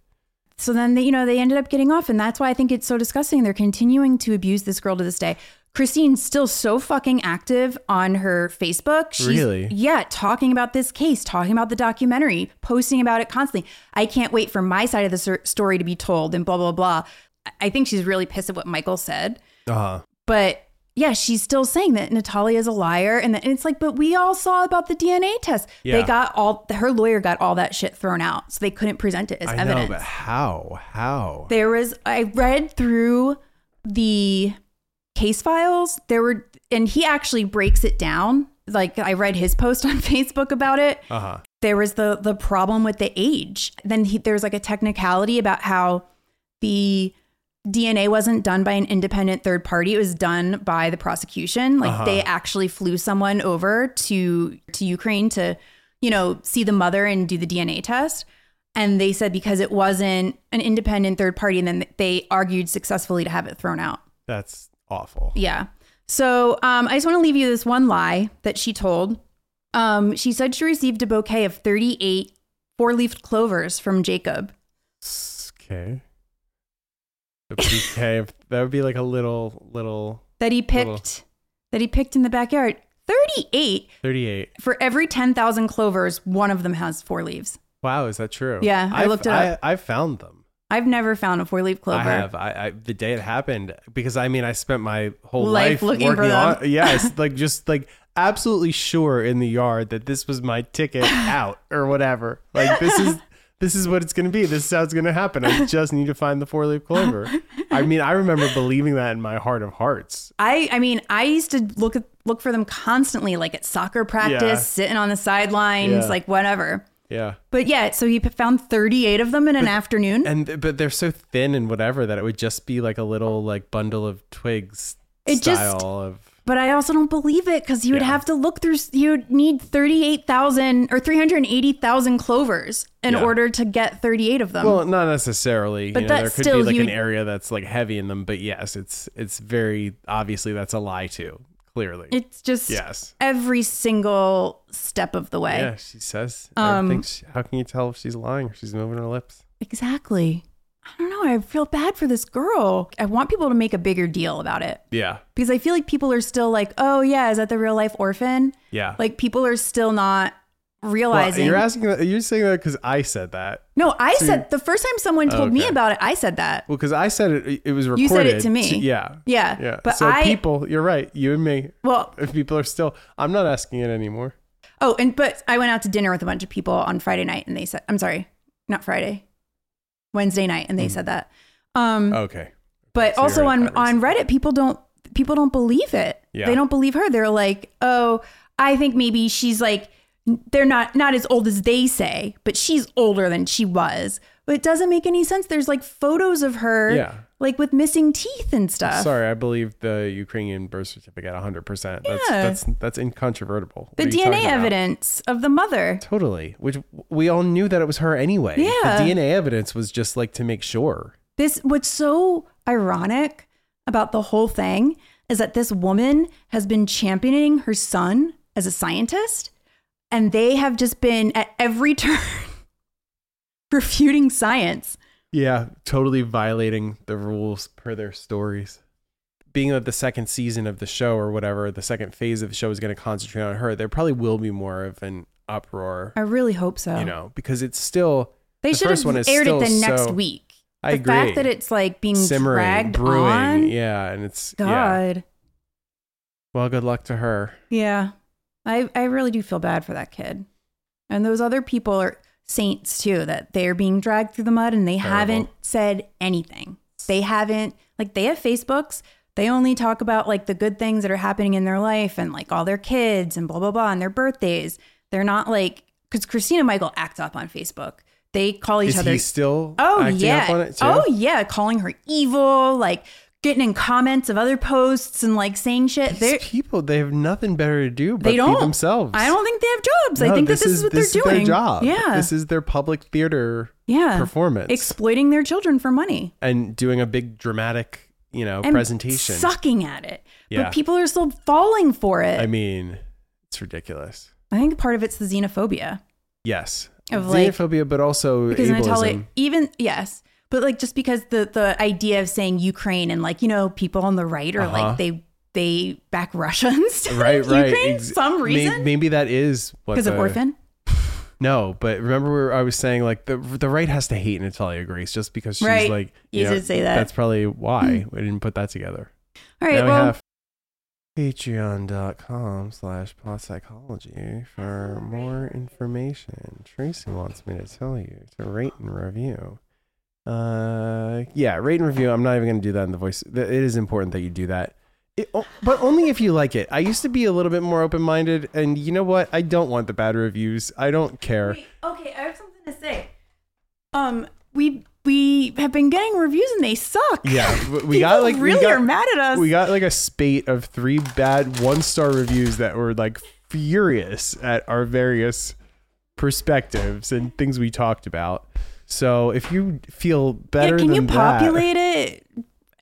B: so then they, you know they ended up getting off and that's why i think it's so disgusting they're continuing to abuse this girl to this day christine's still so fucking active on her facebook she's
A: Really?
B: yeah talking about this case talking about the documentary posting about it constantly i can't wait for my side of the ser- story to be told and blah blah blah I- i think she's really pissed at what michael said
A: Uh huh.
B: but yeah, she's still saying that Natalia is a liar, and, that, and it's like, but we all saw about the DNA test.
A: Yeah.
B: They got all her lawyer got all that shit thrown out, so they couldn't present it as
A: I
B: evidence.
A: know, but how? How?
B: There was I read through the case files. There were and he actually breaks it down. Like I read his post on Facebook about it.
A: Uh huh.
B: There was the the problem with the age. Then he, there was like a technicality about how the DNA wasn't done by an independent third party. It was done by the prosecution. Like
A: Uh-huh.
B: they actually flew someone over to to Ukraine to, you know, see the mother and do the DNA test. And they said because it wasn't an independent third party, and then they argued successfully to have it thrown out.
A: That's awful.
B: Yeah. So um, I just want to leave you this one lie that she told. Um, she said she received a bouquet of 38 four leafed clovers from Jacob.
A: Okay. A bouquet of- that would be like a little little
B: that he picked
A: Little.
B: that he picked in the backyard 38
A: 38.
B: for every 10,000 clovers one of them has four leaves
A: Wow, is that true?
B: Yeah, I
A: I've-
B: looked it up.
A: I, I found them.
B: i've never found a four leaf clover
A: I have. I, I the day it happened because I mean I spent my whole
B: Life
A: life,
B: looking for
A: working
B: them.
A: on. Yeah, it's like just like absolutely sure in the yard that this was my ticket out or whatever. Like this is this is what it's going to be. This is how it's going to happen. I just need to find the four leaf clover. I mean, I remember believing that in my heart of hearts.
B: I I mean, I used to look at look for them constantly like at soccer practice,
A: Yeah.
B: sitting on the sidelines,
A: Yeah.
B: like whatever.
A: Yeah.
B: But yeah, so he p- found 38 of them in an afternoon.
A: And th- but they're so thin and whatever that it would just be like a little like bundle of twigs
B: It just-
A: style of
B: But I also don't believe it because you would
A: Yeah.
B: have to look through, you would need 38,000 or 380,000 clovers in
A: Yeah.
B: order to get 38 of them.
A: Well, not necessarily.
B: But
A: you know, there
B: that's
A: could
B: still
A: be like an
B: huge-
A: area that's like heavy in them, but yes, it's it's very obviously that's a lie too, clearly.
B: it's just
A: yes.
B: every single step of the way.
A: Yeah, she says
B: Um,
A: everything. She, how can you tell if she's lying or she's moving her lips?
B: Exactly. I don't know. know. I feel bad for this girl. I want people to make a bigger deal about it
A: Yeah.
B: because I feel like people are still like, oh, yeah, is that the real life orphan?
A: Yeah.
B: Like people are still not
A: well,
B: realizing.
A: you're asking that, you're saying that because I said that.
B: no, I
A: So
B: said the first time someone told me
A: Okay.
B: about it, I said that.
A: Well, because I said it, it was recorded.
B: You said it to me.
A: yeah.
B: Yeah.
A: Yeah.
B: But
A: so
B: I,
A: people, you're right. You and me,
B: well,
A: if people are still, I'm not asking it anymore.
B: oh, and but I went out to dinner with a bunch of people on Friday night and they said, I'm sorry, not Friday, Wednesday night. And they said that. Um,
A: Okay.
B: but
A: Mm. So you're
B: also
A: right,
B: on
A: that
B: on
A: reason.
B: Reddit, people don't people don't believe it.
A: Yeah.
B: They don't believe her. They're like, oh, I think maybe she's like they're not not as old as they say, but she's older than she was. But it doesn't make any sense. There's like photos of her,
A: Yeah.
B: like with missing teeth and stuff.
A: Sorry, I believe the Ukrainian birth certificate 100%. That's
B: Yeah.
A: that's that's incontrovertible. What
B: The
A: are you talking
B: DNA
A: about?
B: evidence of the mother.
A: Totally, which we all knew that it was her anyway.
B: Yeah.
A: The DNA evidence was just like to make sure.
B: This what's so ironic about the whole thing is that this woman has been championing her son as a scientist and they have just been at every turn refuting science.
A: Yeah, totally violating the rules per their stories. Being that the second season of the show or whatever, the second phase of the show is going to concentrate on her, there probably will be more of an uproar,
B: I really hope so.
A: you know, because it's still
B: they
A: the
B: should
A: first
B: have
A: one is
B: aired it the
A: still
B: next
A: so-
B: week.
A: I
B: the
A: agree.
B: fact that it's like being
A: simmering,
B: dragged
A: brewing.
B: on.
A: Yeah, and it's yeah.
B: God.
A: Well, good luck to her.
B: Yeah. I, I really do feel bad for that kid. And those other people are saints too, that they're being dragged through the mud and they
A: Terrible.
B: haven't said anything. They haven't, like, they have Facebooks. They only talk about like the good things that are happening in their life and like all their kids and blah, blah, blah, and their birthdays. They're not like, because Christina Michael acts up on Facebook. They call each
A: is
B: other.
A: he still
B: Oh
A: acting
B: yeah.
A: up on it too?
B: Oh yeah, calling her evil, like getting in comments of other posts and like saying shit.
A: These
B: They're,
A: people, they have nothing better to do but
B: they don't
A: be themselves.
B: I don't think they have jobs. I
A: No,
B: think that this is what
A: this
B: they're
A: is
B: doing.
A: Their job.
B: Yeah.
A: this is their public theater
B: yeah.
A: performance
B: Exploiting their children for money
A: and doing a big dramatic, you know,
B: and
A: presentation.
B: sucking at it.
A: Yeah.
B: But people are still falling for it.
A: I
B: I,
A: mean, it's ridiculous.
B: think part of it's the xenophobia
A: Yes,
B: Of, like-
A: xenophobia, but also
B: because
A: ableism.
B: in Italy, even yes, but like just because the the idea of saying Ukraine and like you know people on the right are
A: Uh-huh.
B: like they they back Russia instead
A: right,
B: of
A: right.
B: Ukraine
A: Ex-
B: some
A: may-
B: reason
A: maybe that is what
B: because of
A: the-
B: orphan.
A: No, but remember where I was saying like the the right has to hate Natalia Grace just because she's
B: Right.
A: like
B: You did say that. Mm-hmm.
A: That's probably why we didn't put that together.
B: All right,
A: now
B: well,
A: we have patreon.com slash plot psychology for more information. Tracy wants me to tell you to rate and review. Uh, yeah, rate and review. I'm not even going to do that in the voice. Th- It is important that you do that. It, o- but only if you like it. I used to be a little bit more open minded, and you know what? I don't want the bad reviews. I don't care.
B: Wait, okay, I have something to say. Um, we we have been getting reviews and they suck.
A: Yeah, w- we
B: People
A: got like we
B: really
A: got-
B: are mad at us.
A: We got like a spate of three bad one star reviews that were like furious at our various perspectives and things we talked about. So if you feel better,
B: yeah, can
A: than
B: you
A: that-
B: populate it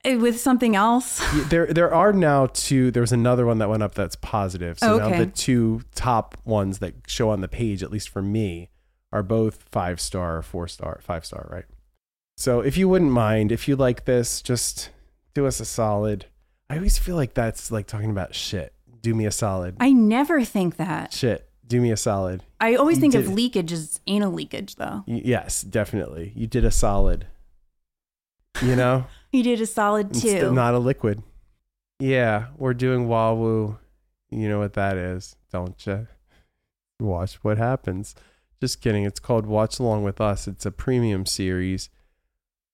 B: eh, with something else?
A: Y- there there are now two there was another one that went up that's positive so now
B: Oh, Okay.
A: the two top ones that show on the page at least for me are both five star four star five star right so if you wouldn't mind if you like this just do us a solid i always feel like that's like talking about shit do me a solid
B: I never think that.
A: shit do me a solid
B: I always
A: You
B: think of
A: did it.
B: leakage as anal leakage, though.
A: Y- yes definitely you did a solid you know
B: You did a solid
A: It's
B: too.
A: not a liquid. Yeah, we're doing Wawu. You know what that is, don't you? Watch what happens. Just kidding. It's called Watch Along with Us. It's a premium series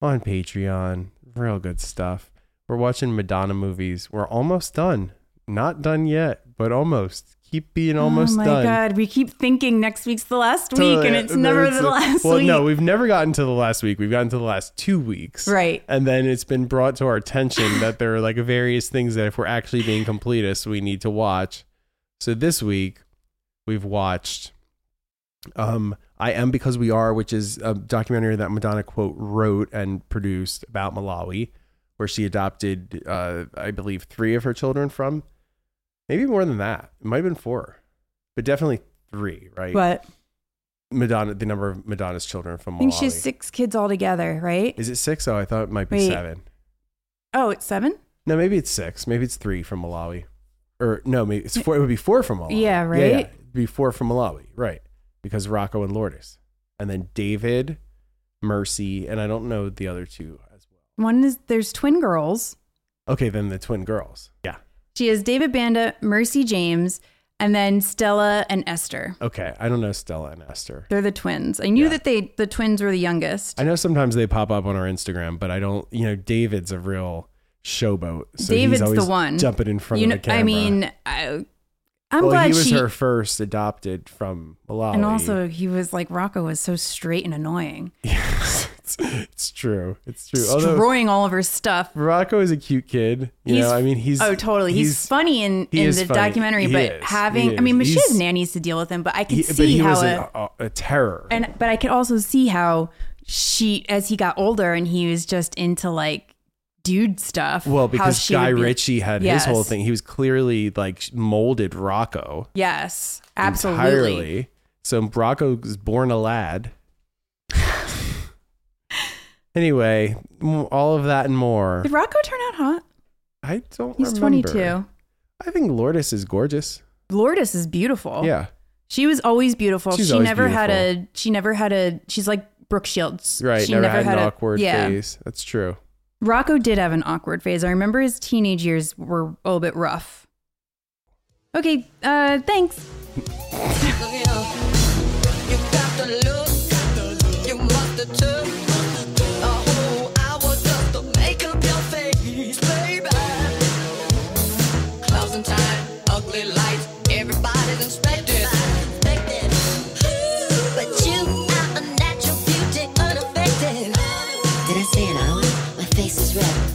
A: on Patreon. Real good stuff. We're watching Madonna movies. We're almost done. Not done yet, but almost. Keep being almost
B: oh my
A: done.
B: god, we keep thinking next week's the last week, and
A: Totally. uh,
B: it's never
A: It's
B: the last
A: well,
B: week.
A: no, we've never gotten to the last week. We've gotten to the last two weeks.
B: Right.
A: And then it's been brought to our attention that there are like various things that if we're actually being completists, we need to watch. So this week we've watched um I Am Because We Are, which is a documentary that Madonna quote wrote and produced about Malawi, where she adopted uh I believe three of her children from. Maybe more than that. It might have been four. But definitely three, right?
B: But
A: Madonna, the number of Madonna's children from
B: I
A: Malawi.
B: think she has six kids altogether, right?
A: Is it six? Oh, I thought it might be
B: Wait.
A: seven.
B: oh, it's seven?
A: No, maybe it's six. Maybe it's three from Malawi, or no, maybe it's four. It would be four from Malawi.
B: Yeah, right?
A: It'd be four from Malawi, right? Because Rocco and Lourdes, and then David, Mercy, and I don't know the other two as well.
B: One is there's twin girls.
A: Okay, then the twin girls. Yeah.
B: She has David Banda, Mercy James, and then Stella and Esther.
A: Okay, I don't know Stella and Esther.
B: They're the twins. I knew
A: Yeah.
B: that they the twins were the youngest.
A: I know sometimes they pop up on our Instagram, but I don't. You know, David's a real showboat. So
B: David's
A: he's
B: the
A: always
B: one.
A: jumping in front
B: you
A: of
B: know,
A: the camera.
B: I mean, I, I'm
A: well,
B: glad
A: he was
B: she.
A: her first adopted from Malawi.
B: and also, he was like Rocco was so straight and annoying,
A: it's, it's true. It's true. Although
B: destroying all of her stuff.
A: Rocco is a cute kid. You know, I mean, he's
B: oh totally. He's, funny in,
A: he
B: in
A: is
B: the
A: funny.
B: documentary,
A: He
B: but
A: is. He
B: having I mean,
A: is.
B: but she has
A: He's-
B: nannies to deal with him. But I could
A: he,
B: see
A: but he
B: how
A: was
B: a-
A: an- a, a terror.
B: and but I could also see how she as he got older and he was just into like dude stuff.
A: well,
B: how
A: because
B: she
A: Guy
B: would be-
A: Ritchie had his
B: Yes.
A: whole thing. He was clearly like molded Rocco
B: Yes, absolutely.
A: entirely. So Rocco was born a lad. anyway, m- all of that and more.
B: Did Rocco turn out hot?
A: I don't.
B: He's
A: remember.
B: 22.
A: I think Lourdes is gorgeous.
B: Lourdes is beautiful.
A: Yeah,
B: She was always beautiful.
A: She's
B: she
A: always
B: never had
A: beautiful.
B: a she never had a she's like Brooke Shields.
A: right.
B: She
A: never, had, an
B: a-
A: awkward
B: yeah.
A: phase. That's true.
B: Rocco did have an awkward phase. I remember his teenage years were a little bit rough. Okay, uh thanks.
F: You got the look, you must have took a whole hour just to make up your face, baby. Clouds and time, ugly lights, everybody's inspected.
G: But you are a natural beauty, unaffected. Did I say an hour? My face is red.